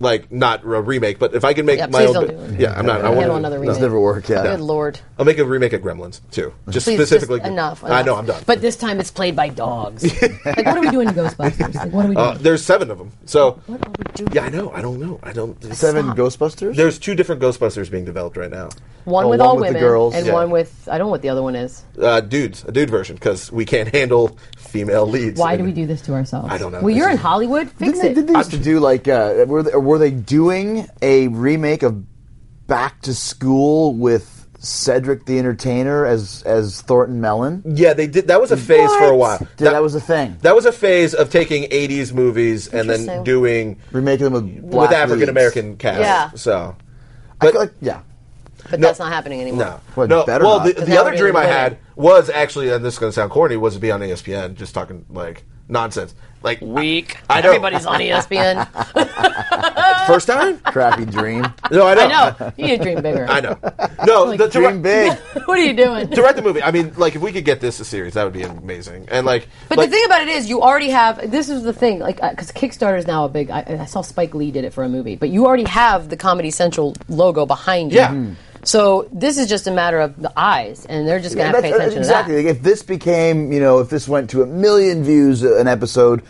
S4: like not a remake, but if I could make
S6: Yeah,
S4: my
S6: please don't
S4: own, Be-
S6: do it.
S4: yeah, I'm not. I want
S6: Handle another remake.
S3: Does never work. Yeah.
S6: Good Lord.
S4: I'll make a remake of Gremlins too, just
S6: Please,
S4: specifically.
S6: just enough,
S4: I
S6: enough.
S4: know I'm done.
S6: But this time it's played by dogs.
S2: like what are we doing in Ghostbusters? Like what are we doing?
S4: uh, there's seven of them. So
S2: what are we doing?
S4: yeah, I know. I don't know. I don't.
S3: Seven Ghostbusters.
S4: There's two different Ghostbusters being developed right now.
S6: One
S3: Oh,
S6: with
S3: one
S6: all
S3: with the
S6: women
S3: girls.
S6: and
S4: Yeah.
S6: one with, I don't know what the other one is.
S4: uh, dudes, a dude version, because we can't handle female leads.
S2: Why do we do this to ourselves?
S4: I don't know.
S2: Well, you're in Hollywood. Fix
S3: Didn't they,
S2: it.
S3: didn't they used to do like uh, were they, were they doing a remake of Back to School with Cedric the Entertainer as as Thornton Mellon?
S4: Yeah, they did. That was a phase for a while.
S3: Dude, that, was a thing.
S4: that was a phase of taking '80s movies and then
S6: Interesting.
S4: doing
S3: Remaking them with black
S4: with African American cast.
S6: Yeah.
S4: So,
S3: I feel like- yeah,
S6: But that's not happening anymore.
S4: no,
S3: Well,
S4: no.
S3: better
S4: well,
S3: not.
S4: the,
S3: Because
S4: the
S6: that
S4: other
S6: would be
S4: dream I
S6: winning.
S4: had was actually, and this is going to sound corny, was to be on E ESPN, just talking like nonsense. Like
S6: Weak.
S4: I know.
S6: Everybody's on ESPN.
S4: First time?
S3: Crappy dream.
S4: No, I know.
S2: I know. You need to dream bigger.
S4: I know. No, the, to,
S3: Dream
S4: write,
S3: big.
S2: what are you doing?
S4: to write the movie. I mean, like if we could get this a series, that would be amazing. And like,
S2: But
S4: like,
S2: the thing about it is, you already have. This is the thing, like, because Kickstarter is now a big. I, I saw Spike Lee did it for a movie, but you already have the Comedy Central logo behind you.
S4: Yeah. Mhm.
S2: So this is just a matter of the eyes, and they're just going to have
S3: Yeah,
S2: to pay
S3: that's-
S2: attention
S3: uh, exactly.
S2: to
S3: Like, if this became, you know, if this went to a million views uh, an episode,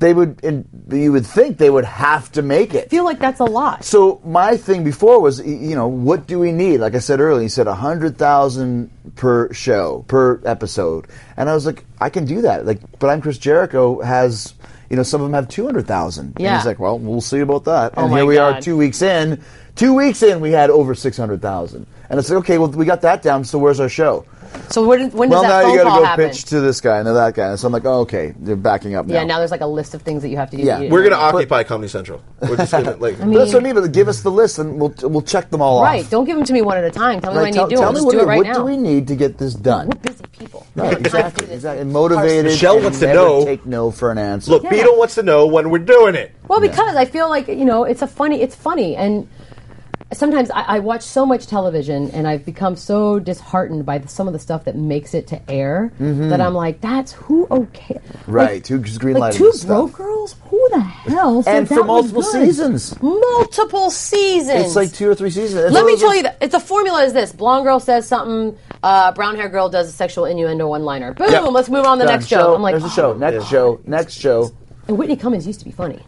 S3: they would. and you would think they would have to make it.
S2: that. I feel like that's a lot.
S3: So my thing before was, y- you know, what do we need? Like I said earlier, you said a hundred thousand per show per episode, and I was like, I can do that. Like, but I'm Chris Jericho has, you know, some of them have two hundred thousand. And
S2: Yeah. Oh
S3: he's like, well, we'll see about that. And
S2: my
S3: here we are,
S2: God.
S3: two weeks in. Two weeks in, we had over six hundred thousand, and it's like, okay, well, we got that down. So where's our show?
S2: So when, when
S3: well,
S2: does that
S3: now you
S2: phone
S3: gotta
S2: call
S3: go
S2: happen?
S3: pitch to this guy and to that guy. And so I'm like, oh, okay, they're backing up now.
S2: yeah, now there's like a list of things that you have to do.
S3: Yeah.
S2: You-
S4: we're gonna occupy Comedy Central. We're just gonna like.
S3: But that's what I mean. But give us the list, and we'll we'll check them all
S2: right.
S3: off.
S2: Don't give them to me one at a time. Tell me
S3: Like,
S2: what I
S3: tell,
S2: need to do.
S3: tell
S2: I'll
S3: me
S2: just
S3: what,
S2: do it right
S3: what
S2: now.
S3: do we need to get this done?
S2: Busy people.
S3: Right, exactly, exactly. And motivated.
S4: Michelle
S3: and
S4: wants to
S3: never
S4: know-
S3: Take no for an answer.
S4: Look, Beetle wants to know when we're doing it.
S2: Well, because I feel like you know, it's a funny, it's funny, and sometimes I, I watch so much television, and I've become so disheartened by the, some of the stuff that makes it to air that I'm like, that's who okay,
S3: Mm-hmm. Right, who just greenlighted
S2: like two
S3: this stuff.
S2: broke girls? Who the hell? said
S3: and
S2: that
S3: for
S2: was
S3: multiple
S2: good?
S3: seasons,
S2: multiple seasons.
S3: it's like two or three seasons. It's
S2: Let me
S3: those-
S2: tell you that it's a formula. Is this blonde girl says something, uh, brown hair girl does a sexual innuendo one liner. Boom.
S4: Yeah.
S2: Let's move on to the
S3: Done.
S2: next show. I'm like,
S3: there's a show.
S2: oh.
S3: Next show. Next show.
S2: And Whitney Cummings used to be funny.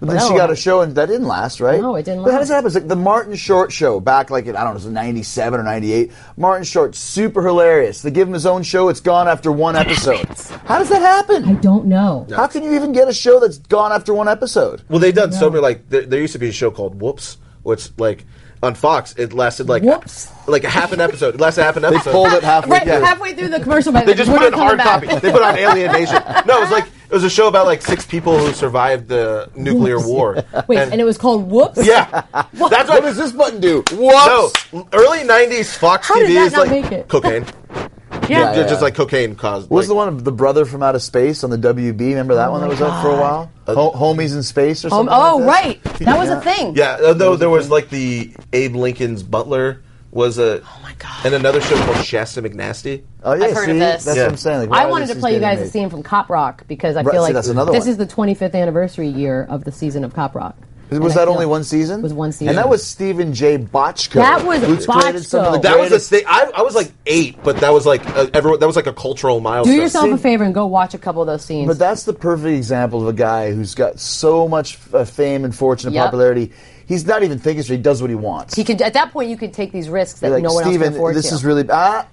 S3: But then
S2: Well,
S3: she
S2: that
S3: got a
S2: one-
S3: show and that didn't last, right?
S2: No, it didn't
S3: But how does
S2: last.
S3: that happen? It's like the Martin Short show back, like in, I don't know, it was '97 or '98. Martin Short, super hilarious. They give him his own show. It's gone after one episode. how does that happen?
S7: I don't know.
S3: How can you even get a show that's gone after one episode?
S4: Well, they've done so many. Like there, there used to be a show called Whoops, which like on Fox it lasted like
S7: Whoops.
S4: like a half an episode. It lasted half an episode.
S3: Pulled it halfway
S7: Right,
S3: through.
S7: halfway through the commercial, by
S4: They just put it in hard copy. They put on Alien Nation. No, it was like it was a show about like six people who survived the nuclear war.
S7: Wait, and, it was called Whoops.
S4: yeah, that's
S3: What
S4: what.
S3: does this button do?
S4: No,
S3: Whoops!
S4: early '90s Fox
S7: How
S4: TV
S7: did that
S4: is
S7: not
S4: like
S7: make it?
S4: cocaine.
S3: Yeah,
S4: Just-
S3: yeah,
S4: just
S3: yeah.
S4: like cocaine caused.
S3: What was
S4: like-
S3: the one of the brother from outer space on the WB? Remember
S2: Oh
S3: that one that was up for a while? Ho- homies in space or
S2: Um,
S3: something.
S2: oh,
S3: like that?
S2: right. That was a thing.
S4: Yeah, uh, no, there was like the Abe Lincoln's butler was a. Oh my
S2: God.
S4: And another show called Shasta McNasty.
S3: Oh yeah,
S2: I've heard of
S3: see?
S2: this.
S3: That's
S4: Yeah.
S3: what I'm saying. Like, why
S2: I
S3: are
S2: wanted
S3: these
S2: to
S3: things
S2: play you
S3: getting
S2: guys a
S3: made?
S2: scene from Cop Rock because I
S3: Right,
S2: feel
S3: see,
S2: like
S3: that's another
S2: this
S3: one.
S2: is the 25th anniversary year of the season of Cop Rock. And
S3: Was
S2: I
S3: that
S2: feel-
S3: only one season?
S2: Was one season.
S3: And that was Stephen J. Bochco.
S2: That was
S3: who's created some of the
S2: Bochco.
S4: That was a
S3: greatest-
S4: thing. I, I was like eight, but that was like a, everyone. That was like a cultural
S2: Do
S4: milestone.
S2: yourself a
S3: See-
S2: favor and go watch a couple of those scenes.
S3: But that's the perfect example of a guy who's got so much uh, fame and fortune and
S2: Yep.
S3: popularity. He's not even thinking straight. He does what he wants.
S2: you could, at that point, you could take these risks that
S3: You're like,
S2: no one else can
S3: Steven,
S2: afford
S3: this
S2: to.
S3: is really. Ah,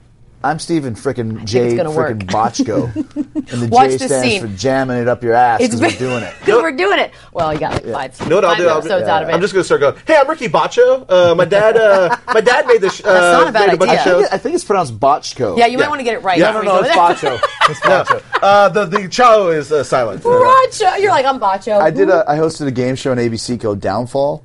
S3: I'm Steven frickin' J.
S2: gonna work.
S3: frickin' Bochco. and the
S2: Watch
S3: J
S2: this
S3: stands
S2: scene.
S3: for jamming it up your ass
S2: It's
S3: because we're
S2: been-
S3: doing it.
S2: Because we're doing it. Well, you got like five,
S4: No, no, I'll
S2: five
S4: do. it. I'll do-
S2: episodes out
S3: uh,
S2: of it.
S4: I'm just gonna start going. Hey, I'm Ricky Baccio. Uh, my dad. Uh, my dad made this. Uh,
S2: not a bad
S4: made a bunch
S2: idea.
S4: of shows.
S3: I think it's pronounced Bochco.
S2: yeah, you
S4: Yeah.
S2: might want to get it right.
S4: Yeah,
S2: before
S4: no, no,
S2: you go
S4: it's
S2: there.
S3: Bochco. It's
S4: No,
S3: Bochco.
S4: uh, the the chao is uh, silent.
S2: Bracho. You're like, I'm Bacho.
S3: I did. A, I hosted a game show on ABC called Downfall,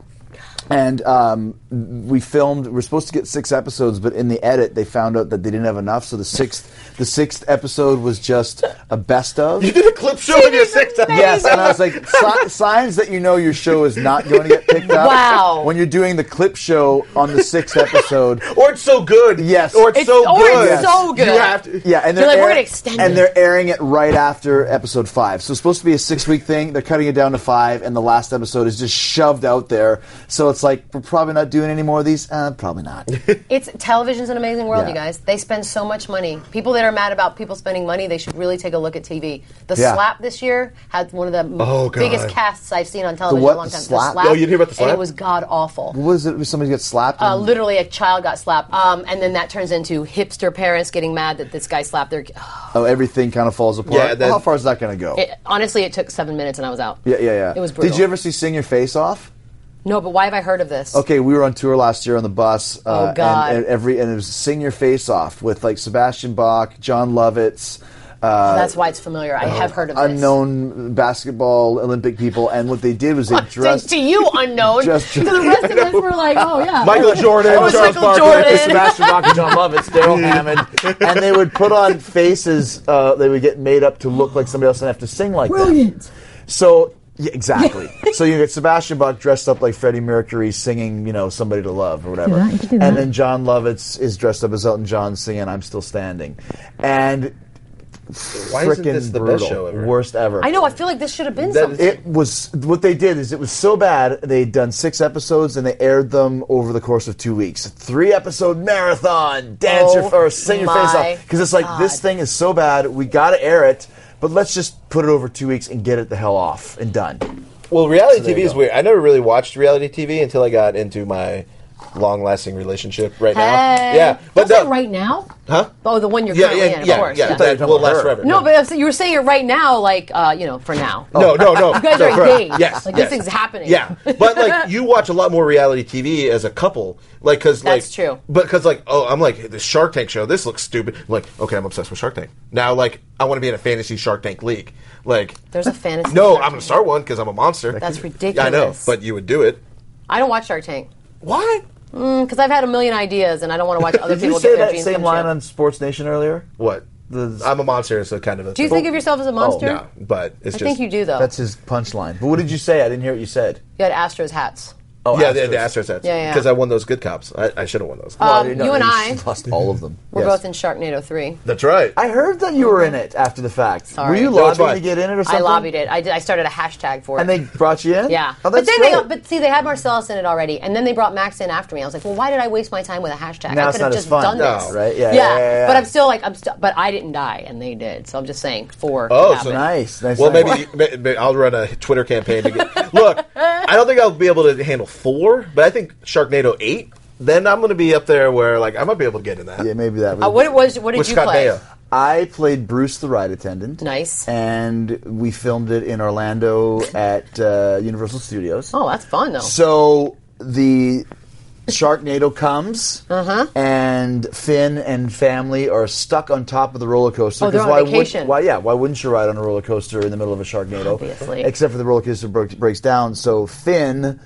S3: and um, we filmed. We are supposed to get six episodes, but in the edit, they found out that they didn't have enough. So the sixth, the sixth episode was just a best of.
S4: You did a clip show of your six.
S3: Yes, and I was like, "Si- signs that you know your show is not going to get picked up.
S2: Wow.
S3: When you're doing the clip show on the sixth episode,
S4: Or it's so good.
S3: Yes.
S4: Or it's,
S3: It's-
S4: so
S2: or
S4: good.
S2: it's so good.
S4: You have to.
S3: Yeah, and
S2: They're
S3: they're,
S2: like, "We're
S3: air-
S2: gonna extend
S3: and
S2: it."
S3: they're airing it right after episode five. So it's supposed to be a six week thing. They're cutting it down to five, and the last episode is just shoved out there. So it's like we're probably not doing any more of these. Uh, probably not.
S2: It's television's an amazing world,
S3: Yeah.
S2: you guys. They spend so much money. People that are mad about people spending money, they should really take a look at TV. The
S3: Yeah.
S2: Slap this year had one of the
S4: Oh, God.
S2: biggest casts I've seen on television
S3: what?
S2: in a long
S3: The
S2: time.
S3: Slap?
S4: Oh, you didn't hear about The
S2: And
S4: Slap?
S2: it was god awful.
S3: Was it somebody got slapped?
S2: Uh,
S3: and-
S2: literally, a child got slapped, um, and then that turns into hipster parents getting mad that this guy slapped their.
S3: oh, everything kind of falls apart.
S4: Yeah, that-
S3: how far is that going to go?
S2: It, honestly, it took seven minutes, and I was out.
S3: yeah, yeah, yeah.
S2: It was brutal.
S3: Did you ever see Sing Your Face Off?
S2: No, but why have I heard of this?
S3: Okay, we were on tour last year on the bus. uh,
S2: Oh, God.
S3: And, and every and it was Sing Your Face Off with like Sebastian Bach, John Lovitz. uh,
S2: That's why it's familiar. I have heard of this.
S3: unknown basketball Olympic people, and what they did was they dressed.
S2: to you unknown.
S3: Just-
S2: to the rest of us, we're like, oh yeah.
S4: Michael Jordan.
S2: Oh, it's
S4: Charles
S2: Michael
S4: Barkley.
S2: Jordan.
S3: Sebastian Bach and John Lovitz, Daryl Hammond, and they would put on faces. Uh, they would get made up to look like somebody else and have to sing like that.
S7: Brilliant.
S3: So Yeah, exactly. so you get Sebastian Bach dressed up like Freddie Mercury singing, you know, "Somebody to Love" or whatever,
S8: that, you could do that.
S3: and then John Lovitz is dressed up as Elton John singing "I'm Still Standing," and
S4: Why
S3: frickin'
S4: isn't this the
S3: brutal,
S4: best show ever?
S3: worst ever.
S2: I know. I feel like this should have been
S4: That
S2: something.
S3: It was what they did is it was so bad they'd done six episodes and they aired them over the course of two weeks. Three episode marathon, dance your
S2: Oh
S3: or sing your face
S2: my
S3: off because it's like this
S2: God.
S3: thing is so bad we got to air it, but let's just put it over two weeks and get it the hell off and done.
S4: Well, reality
S3: there
S4: TV
S3: you
S4: is
S3: go.
S4: weird. I never really watched reality TV until I got into my long-lasting relationship right now.
S2: Hey.
S4: Yeah, but
S5: But that
S4: the-
S5: right now?
S4: huh?
S2: oh, the one you're
S4: Yeah,
S2: currently
S4: yeah,
S2: in, of
S4: yeah,
S2: course.
S4: yeah.
S2: yeah.
S4: That
S3: you were
S4: will
S3: talking about
S4: last
S3: her.
S4: forever.
S2: No, but I was- you were saying it right now, like uh, you know, for now.
S4: No, no, no. You
S2: guys are engaged. Like, this thing's happening.
S4: Yeah, but like you watch a lot more reality TV as a couple, like because like
S2: That's true.
S4: But because like oh, I'm like the Shark Tank show. This looks stupid. I'm like okay, I'm obsessed with Shark Tank now. Like I want to be in a fantasy Shark Tank league. Like
S2: There's a fantasy.
S4: no,
S2: Shark
S4: I'm gonna
S2: Tank.
S4: start one because I'm a monster.
S2: That's
S4: I know,
S2: ridiculous.
S4: but you would do it.
S2: I don't watch Shark Tank
S4: Why?
S2: because I've had a million ideas and I don't want to watch other
S3: Did you
S2: people
S3: say
S2: get their
S3: that
S2: dreams
S3: same
S2: come
S3: line
S2: true.
S3: on Sports Nation earlier?
S4: What?
S3: The-
S4: I'm a monster, so kind of. A
S2: Do you think of yourself as a monster?
S4: Oh, No, but it's
S2: I
S4: just
S2: think you do though.
S3: That's his punchline. But what did you say? I didn't hear what you said.
S2: you had Astros hats.
S3: Oh,
S4: yeah, the,
S3: Astros.
S4: the Astros hats.
S2: Yeah, yeah.
S4: Because I won those good cops. I, I should have won those.
S3: Oh,
S2: Um,
S3: no,
S2: you and I
S3: lost all of them.
S2: were
S3: Yes.
S2: both in Sharknado three.
S4: That's right.
S3: I heard that you were in it after the fact.
S2: Sorry.
S3: Were you
S4: No, it's
S3: lobbying to
S4: fine.
S3: get in it or
S2: I
S3: something?
S2: lobbied it. I did. I started a hashtag for it.
S3: And they brought you in?
S2: yeah,
S3: Oh,
S2: but
S3: that's
S2: then they
S3: great.
S2: but see they had Marcellus in it already, and then they brought Max in after me. I was like, well, why did I waste my time with a hashtag?
S3: Now
S2: I
S3: it's
S2: could have
S3: not
S2: just
S3: as fun,
S2: done
S4: no,
S2: this,
S3: right?
S2: Yeah,
S3: Yeah, yeah, yeah, yeah.
S2: But I'm still like I'm still, but I didn't die, and they did. So I'm just saying for
S4: Oh, so
S3: nice, nice.
S4: Well,
S3: nice.
S4: maybe, may- may- I'll run a Twitter campaign to get. Look, I don't think I'll be able to handle four, but I think Sharknado eight. Then I'm going to be up there where like I might be able to get in that.
S3: yeah, maybe that. Was
S2: Uh, what it was? What did
S4: With
S2: you
S4: Scott
S2: play?
S4: Baio.
S3: I played Bruce the ride attendant.
S2: Nice.
S3: And we filmed it in Orlando at uh, Universal Studios.
S2: Oh, that's fun though.
S3: So the Sharknado comes,
S2: Uh-huh.
S3: and Finn and family are stuck on top of the roller coaster.
S2: Oh, they're
S3: 'cause
S2: on
S3: why would-
S2: vacation.
S3: why? Yeah, why wouldn't you ride on a roller coaster in the middle of a Sharknado?
S2: Obviously.
S3: except for the roller coaster breaks, breaks down. So Finn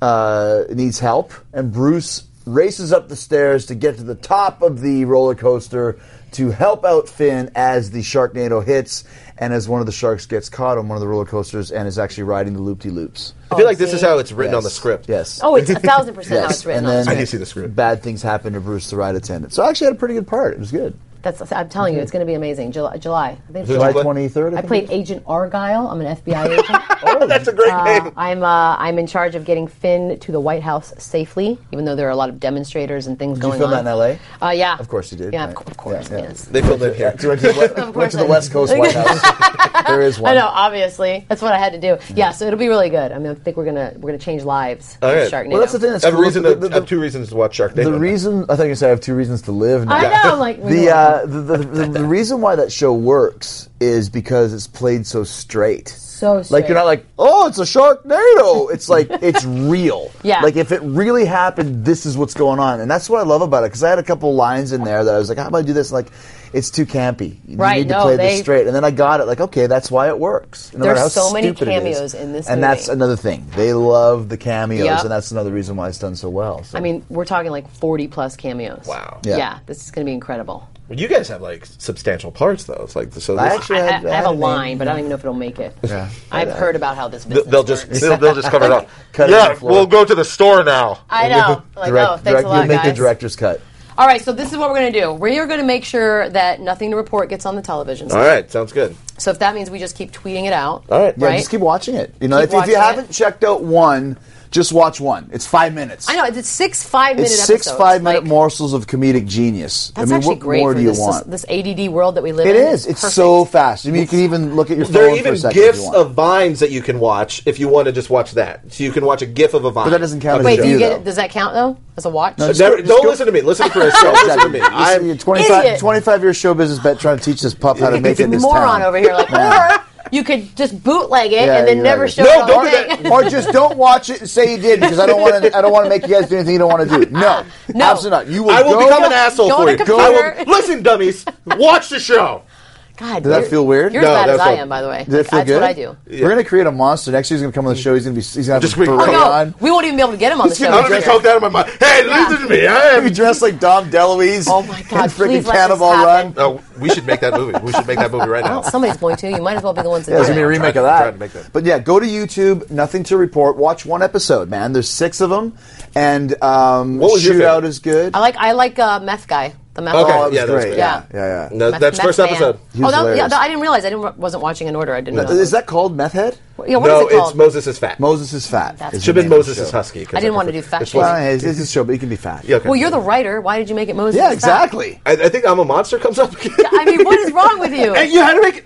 S3: uh, needs help, and Bruce races up the stairs to get to the top of the roller coaster to help out Finn as the Sharknado hits. And as one of the sharks gets caught on one of the roller coasters and is actually riding the loop de loops.
S2: Oh,
S4: I feel like this is
S2: see.
S4: how it's written on the
S3: Yes.
S4: script.
S3: Yes.
S2: oh, it's a thousand percent how
S3: Yes,
S2: it's written.
S3: and
S2: on the
S3: then
S2: script.
S4: I did see the script.
S3: Bad things happen to Bruce, the ride attendant. So I actually had a pretty good part. It was good.
S2: That's I'm telling you, it's going to be amazing. July, July. I think it's
S3: July
S2: July.
S4: play?
S3: twenty third.
S2: I played Agent Argyle. I'm an FBI agent. Uh,
S3: Oh.
S4: That's a great name.
S2: I'm uh, I'm in charge of getting Finn to the White House safely, even though there are a lot of demonstrators and things
S3: Did you
S2: going
S3: film
S2: on.
S3: that in L.A.?
S2: Uh, yeah.
S3: Of course you did.
S2: Yeah,
S3: right.
S2: of, cou- of course.
S3: Yeah, yeah.
S2: Yes.
S4: They filled it here.
S3: Yeah, went, to the,
S2: Of
S3: went
S2: course
S3: to the
S2: I
S3: West
S2: did.
S3: Coast White House. there is one.
S2: I know. Obviously, that's what I had to do. Yeah. So it'll be really good. I mean, I think we're gonna we're gonna change lives.
S4: All
S2: with
S4: right.
S2: Sharknado.
S3: Well, that's the thing. That's
S4: I have, a
S3: cool.
S4: reason
S3: the,
S4: to,
S3: the-
S4: I have two reasons to watch Sharknado.
S3: the reason I think I said I have two reasons to live. Now.
S5: I know, I'm like,
S3: The, uh, the, the, the, the reason why that show works is because it's played so straight.
S5: So
S3: Like you're not like, oh, it's a Sharknado. It's like it's real.
S2: Yeah.
S3: Like if it really happened, this is what's going on, and that's what I love about it. Because I had a couple lines in there that I was like, how do I do this? Like, it's too campy. You
S2: Right,
S3: need to
S2: no,
S3: play this
S2: they-
S3: straight. And then I got it. Like, okay, that's why it works. No
S2: There's
S3: matter how
S2: so many
S3: stupid it is.
S2: cameos in this
S3: and
S2: movie.
S3: that's another thing. They love the cameos,
S2: Yep.
S3: and that's another reason why it's done so well. So.
S2: I mean, we're talking like 40 plus cameos.
S4: Wow.
S3: Yeah.
S2: Yeah. this is gonna be incredible.
S4: you guys have like substantial parts though. It's like so.
S3: I
S4: this-
S2: I,
S3: actually
S2: I,
S3: had,
S2: I
S3: had
S2: have a
S3: name.
S2: line, but I don't even know if it'll make it.
S3: Yeah.
S2: I've heard about how this
S4: they'll
S2: business
S4: they'll just
S2: works.
S4: they'll, they'll just cover it up.
S3: Cut it on
S4: yeah,
S3: the floor.
S4: we'll go to the store now.
S2: I know. Like,
S3: Direct-
S2: oh, thanks
S3: direct-
S2: a lot,
S3: you make
S2: guys.
S3: the director's cut.
S2: All right, so this is what we're going to do. We are going to make sure that nothing to report gets on the television.
S4: All right, sounds good.
S2: So if that means we just keep tweeting it out.
S4: All right.
S3: Yeah,
S2: Right?
S3: just keep watching it. You know,
S2: Keep
S3: if, if
S2: watching
S3: you
S2: it.
S3: haven't checked out one, just watch one. It's five minutes.
S2: I know it's six five minute.
S3: It's six
S2: episodes.
S3: five minute
S2: Like,
S3: morsels of comedic genius.
S2: That's
S3: I mean,
S2: actually
S3: what
S2: great
S3: more
S2: for
S3: do you
S2: this,
S3: want?
S2: this ADD world that we live
S3: it
S2: in.
S3: is. It's
S2: perfect.
S3: so fast. I mean, you can even look at your phone
S4: There are
S3: for
S4: even
S3: a second. if you
S4: gifs
S3: want.
S4: of vines that you can watch if you want to just watch that. So you can watch a gif of a vine.
S3: But that doesn't count
S4: Of
S3: as
S4: the
S2: Wait,
S3: You
S2: do you
S3: do,
S4: show.
S2: get
S3: though.
S2: it? Does that count though as a watch?
S3: No, just
S4: Never-
S3: go- just
S4: don't
S3: go-
S4: listen to me. Listen for yourself. listen to me.
S3: I'm
S4: I'm,
S3: your 25,
S2: Idiot.
S3: 25 year show business vet trying to teach this pup how to make it in this
S2: moron
S3: town.
S2: over here. Like, or you could just bootleg it
S3: Yeah,
S2: and then
S3: you're
S2: never
S3: right.
S2: show
S3: No,
S2: it on
S4: don't
S2: the
S4: do that.
S2: thing.
S3: or just don't watch it and say you did because I don't want to. I don't want to make you guys do anything you don't want to do. No,
S2: No.
S3: absolutely not. You will,
S4: I will
S3: go,
S4: become an asshole
S2: go on
S4: for
S2: a
S4: you.
S2: computer.
S4: I will, listen, dummies, watch the show.
S2: God,
S3: Did that
S2: you're-
S3: feel weeel
S2: You're
S3: No,
S2: as bad as
S4: that
S2: I
S4: felt-
S2: am, by the way.
S3: Did it feel
S2: That's
S3: good?
S2: what I do.
S3: We're gonna create a monster. Next year he's gonna come on the show. He's gonna be he's gonna have
S4: Just
S3: a
S4: be-
S3: fur
S4: Oh,
S2: Oh, no,
S3: on.
S2: we won't even be able to get him on the
S4: I'm
S2: show.
S4: gonna
S2: this year.
S4: talk that in my mind. Hey, listen to me. I
S3: Be
S4: am.
S3: dressed like Dom DeLuise.
S2: Oh my God,
S3: and freaking
S2: please let this
S3: Cannonball Run.
S2: happen.
S4: Oh, we should make that movie. We should make that movie right now.
S2: Somebody's going to. You might as well be the ones that
S3: Yeah, there's
S2: do
S3: gonna be a
S2: it.
S3: remake
S4: Tried-
S3: of that.
S4: tried to make that.
S3: But yeah, go to YouTube. Nothing to report. Watch one episode, man. There's six of them, and um,
S4: What was your
S3: Shootout
S4: favorite?
S3: is good.
S2: I like I like uh, meth guy. The meth.
S4: Okay,
S2: guy.
S3: Oh, it was
S4: yeah, that was
S3: great.
S4: good.
S3: Yeah,
S2: Yeah.
S3: yeah, yeah.
S4: No,
S2: Meth-
S4: that's
S2: meth
S4: first
S2: man.
S4: episode.
S3: He
S2: Oh,
S3: was
S2: that, yeah,
S3: hilarious.
S2: that- I didn't realize. I didn't wasn't watching in order. I didn't. know.
S3: Is that called Meth Head?
S2: Yeah, what is
S4: no,
S2: it called?
S4: it's Moses is fat.
S3: Moses is fat.
S2: That's
S3: is the
S4: should have been
S3: name of the
S4: Moses is
S3: show.
S4: husky. 'cause
S2: I didn't want to
S4: prefer-
S2: do fat
S4: it's
S2: shit.
S4: Moses-
S3: Well, it's, it's a show, but you can be fat.
S4: Yeah, okay.
S2: well, you're the writer. Why did you make it Moses?
S3: Yeah,
S2: is fat?
S3: exactly.
S4: I, I think I'm a monster comes up.
S2: I mean, what is wrong with you?
S4: you had to make it.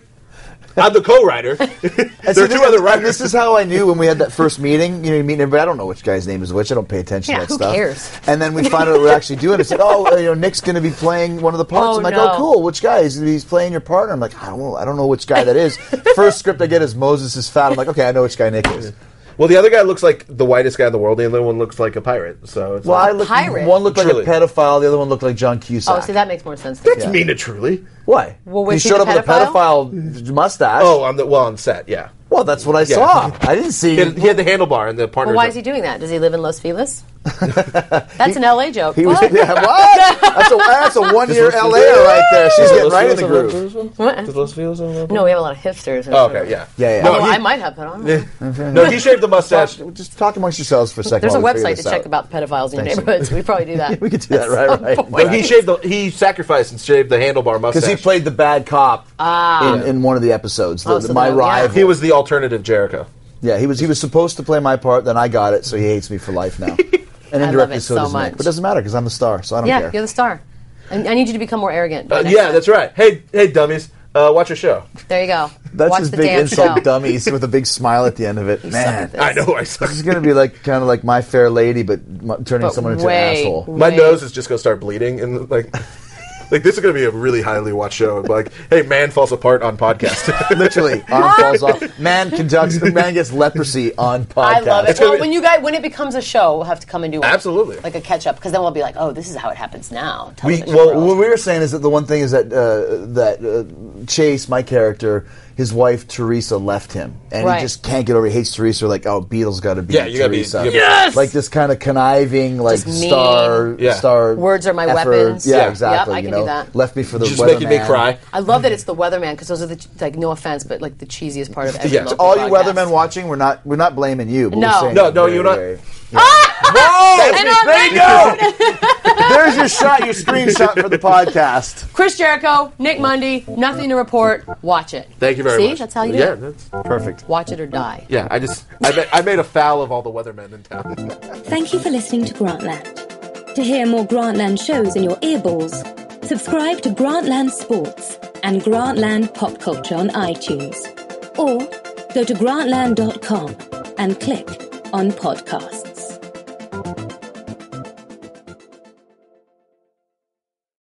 S4: I'm the co-writer.
S3: And
S4: there are
S3: so
S4: two
S3: this-
S4: other
S3: and This
S4: writers.
S3: is how I knew when we had that first meeting. You know, you meet everybody. I don't know which guy's name is which. I don't pay attention
S2: Yeah,
S3: to that
S2: who
S3: stuff.
S2: cares?
S3: And then we find out we're actually doing. It's like, oh, you know, Nick's going to be playing one of the parts.
S2: Oh,
S3: I'm like,
S2: no.
S3: oh, cool. Which guy is he's playing your partner? I'm like, I don't, know. I don't know which guy that is. First script I get is Moses is fat. I'm like, okay, I know which guy Nick is.
S4: Well, the other guy looks like the whitest guy in the world. The other one looks like a pirate. So it's
S3: Well, I
S4: like,
S3: look,
S2: Pirate.
S3: one looked like
S4: Truly.
S3: a pedophile. The other one looked like John Cusack.
S2: Oh, see, that makes more sense. Than
S4: it's mean to truly.
S3: Why?
S2: Well, was he
S3: he showed
S2: the
S3: up with a pedophile mustache.
S4: Oh, on the well on set, yeah.
S3: well, that's what I saw. I didn't see.
S4: He had, he had the handlebar and the partner.
S2: Well, why is he doing that? Does he live in Los Feliz? That's an LA joke.
S3: He was,
S2: What?
S3: yeah, what? That's a, that's a one year LA right there. She's getting right in the groove.
S2: No, we have a lot of hipsters. in
S4: Oh,
S2: Florida.
S4: okay, yeah,
S3: Yeah, Mm-hmm. yeah.
S4: No,
S2: Well,
S4: he,
S2: I might have put on. There's
S4: no, he shaved the mustache.
S3: Just- Just talk amongst yourselves for a second.
S2: a
S3: while we figure
S2: website to
S3: this
S2: check
S3: out.
S2: about pedophiles in your
S3: Thanks.
S2: neighborhoods. We probably do that.
S3: We could do that, right? Right.
S4: No, he shaved the. He sacrificed and shaved the handlebar mustache
S3: Because he played the bad cop in, in one of the episodes. The,
S2: Ah. Oh,
S3: the-
S2: so
S3: my
S2: then- yeah.
S3: rival.
S4: He was the alternative Jericho.
S3: Yeah, he was. He was supposed to play my part. Then I got it, so he hates me for life now. And
S2: I
S3: indirectly
S2: love it
S3: so,
S2: so
S3: does Nick.
S2: much.
S3: But it doesn't matter because I'm the star, so I don't
S2: yeah,
S3: care.
S2: you're the star. And I need you to become more arrogant. by
S4: Uh,
S2: next
S4: yeah,
S2: time.
S4: that's right. Hey, hey, dummies, uh, watch your show.
S2: There you go.
S3: That's
S2: Watch
S3: his
S2: the
S3: big
S2: damn
S3: insult,
S2: show.
S3: dummies, with a big smile at the end of it. Man,
S2: at this.
S4: I know I suck.
S3: this is going to be like kind of like My Fair Lady, but m- turning
S2: But
S3: someone into an
S2: way-
S3: asshole.
S4: My
S2: way-
S4: nose is just gonna start bleeding, and like, like this is gonna be a really highly watched show. Like, hey, man falls apart on podcast.
S3: Literally, arm falls off. Man conducts. Man gets leprosy on podcast.
S2: I love it.
S4: gonna
S2: Well,
S4: be-
S2: when you guys, when it becomes a show, we'll have to come and do one.
S4: Absolutely.
S2: like a catch up, because then we'll be like, oh, this is how it happens now.
S3: We,
S2: Television
S3: well,
S2: world.
S3: what we were saying is that the one thing is that uh, that uh, Chase, my character, his wife Teresa left him, and
S2: Right.
S3: he just can't get over. it. He hates Teresa. Like, oh, Beatles got to be
S4: Yeah, you gotta be-
S3: Teresa.
S4: you gotta be- Yes!
S3: Like this kind of conniving, like
S2: Just mean.
S3: star,
S4: Yeah.
S3: star.
S2: Words are my
S3: effort.
S2: weapons.
S3: Yeah,
S4: Yeah.
S3: exactly.
S2: Yep, I
S3: you
S2: can
S3: know,
S2: do that.
S3: left me for the
S4: just making me
S3: weatherman.
S4: cry.
S2: I love
S4: Mm.
S2: that it's the weatherman because those are the ch- like no offense, but like the cheesiest part of every.
S4: Yeah.
S2: local
S3: All you
S2: podcast.
S3: weathermen watching, we're not we're not blaming you. But
S2: Oh, No.
S3: we're saying
S4: No,
S3: that
S4: no,
S3: very,
S4: you're not-
S3: very-
S4: Whoa!
S2: And on that
S3: There's your shot, your screenshot for the podcast.
S2: Chris Jericho, Nick Mundy, nothing to report. Watch it.
S4: Thank you very
S2: See?
S4: much.
S2: that's how you do
S4: Yeah,
S2: it.
S4: that's,
S3: Perfect.
S2: Watch it or die.
S4: yeah. I just I, ma- I made a foul of all the weathermen in town.
S1: Thank you for listening to Grantland. To hear more Grantland shows in your earballs, subscribe to Grantland Sports and Grantland Pop Culture on iTunes. Or go to grantland.com and click on podcasts.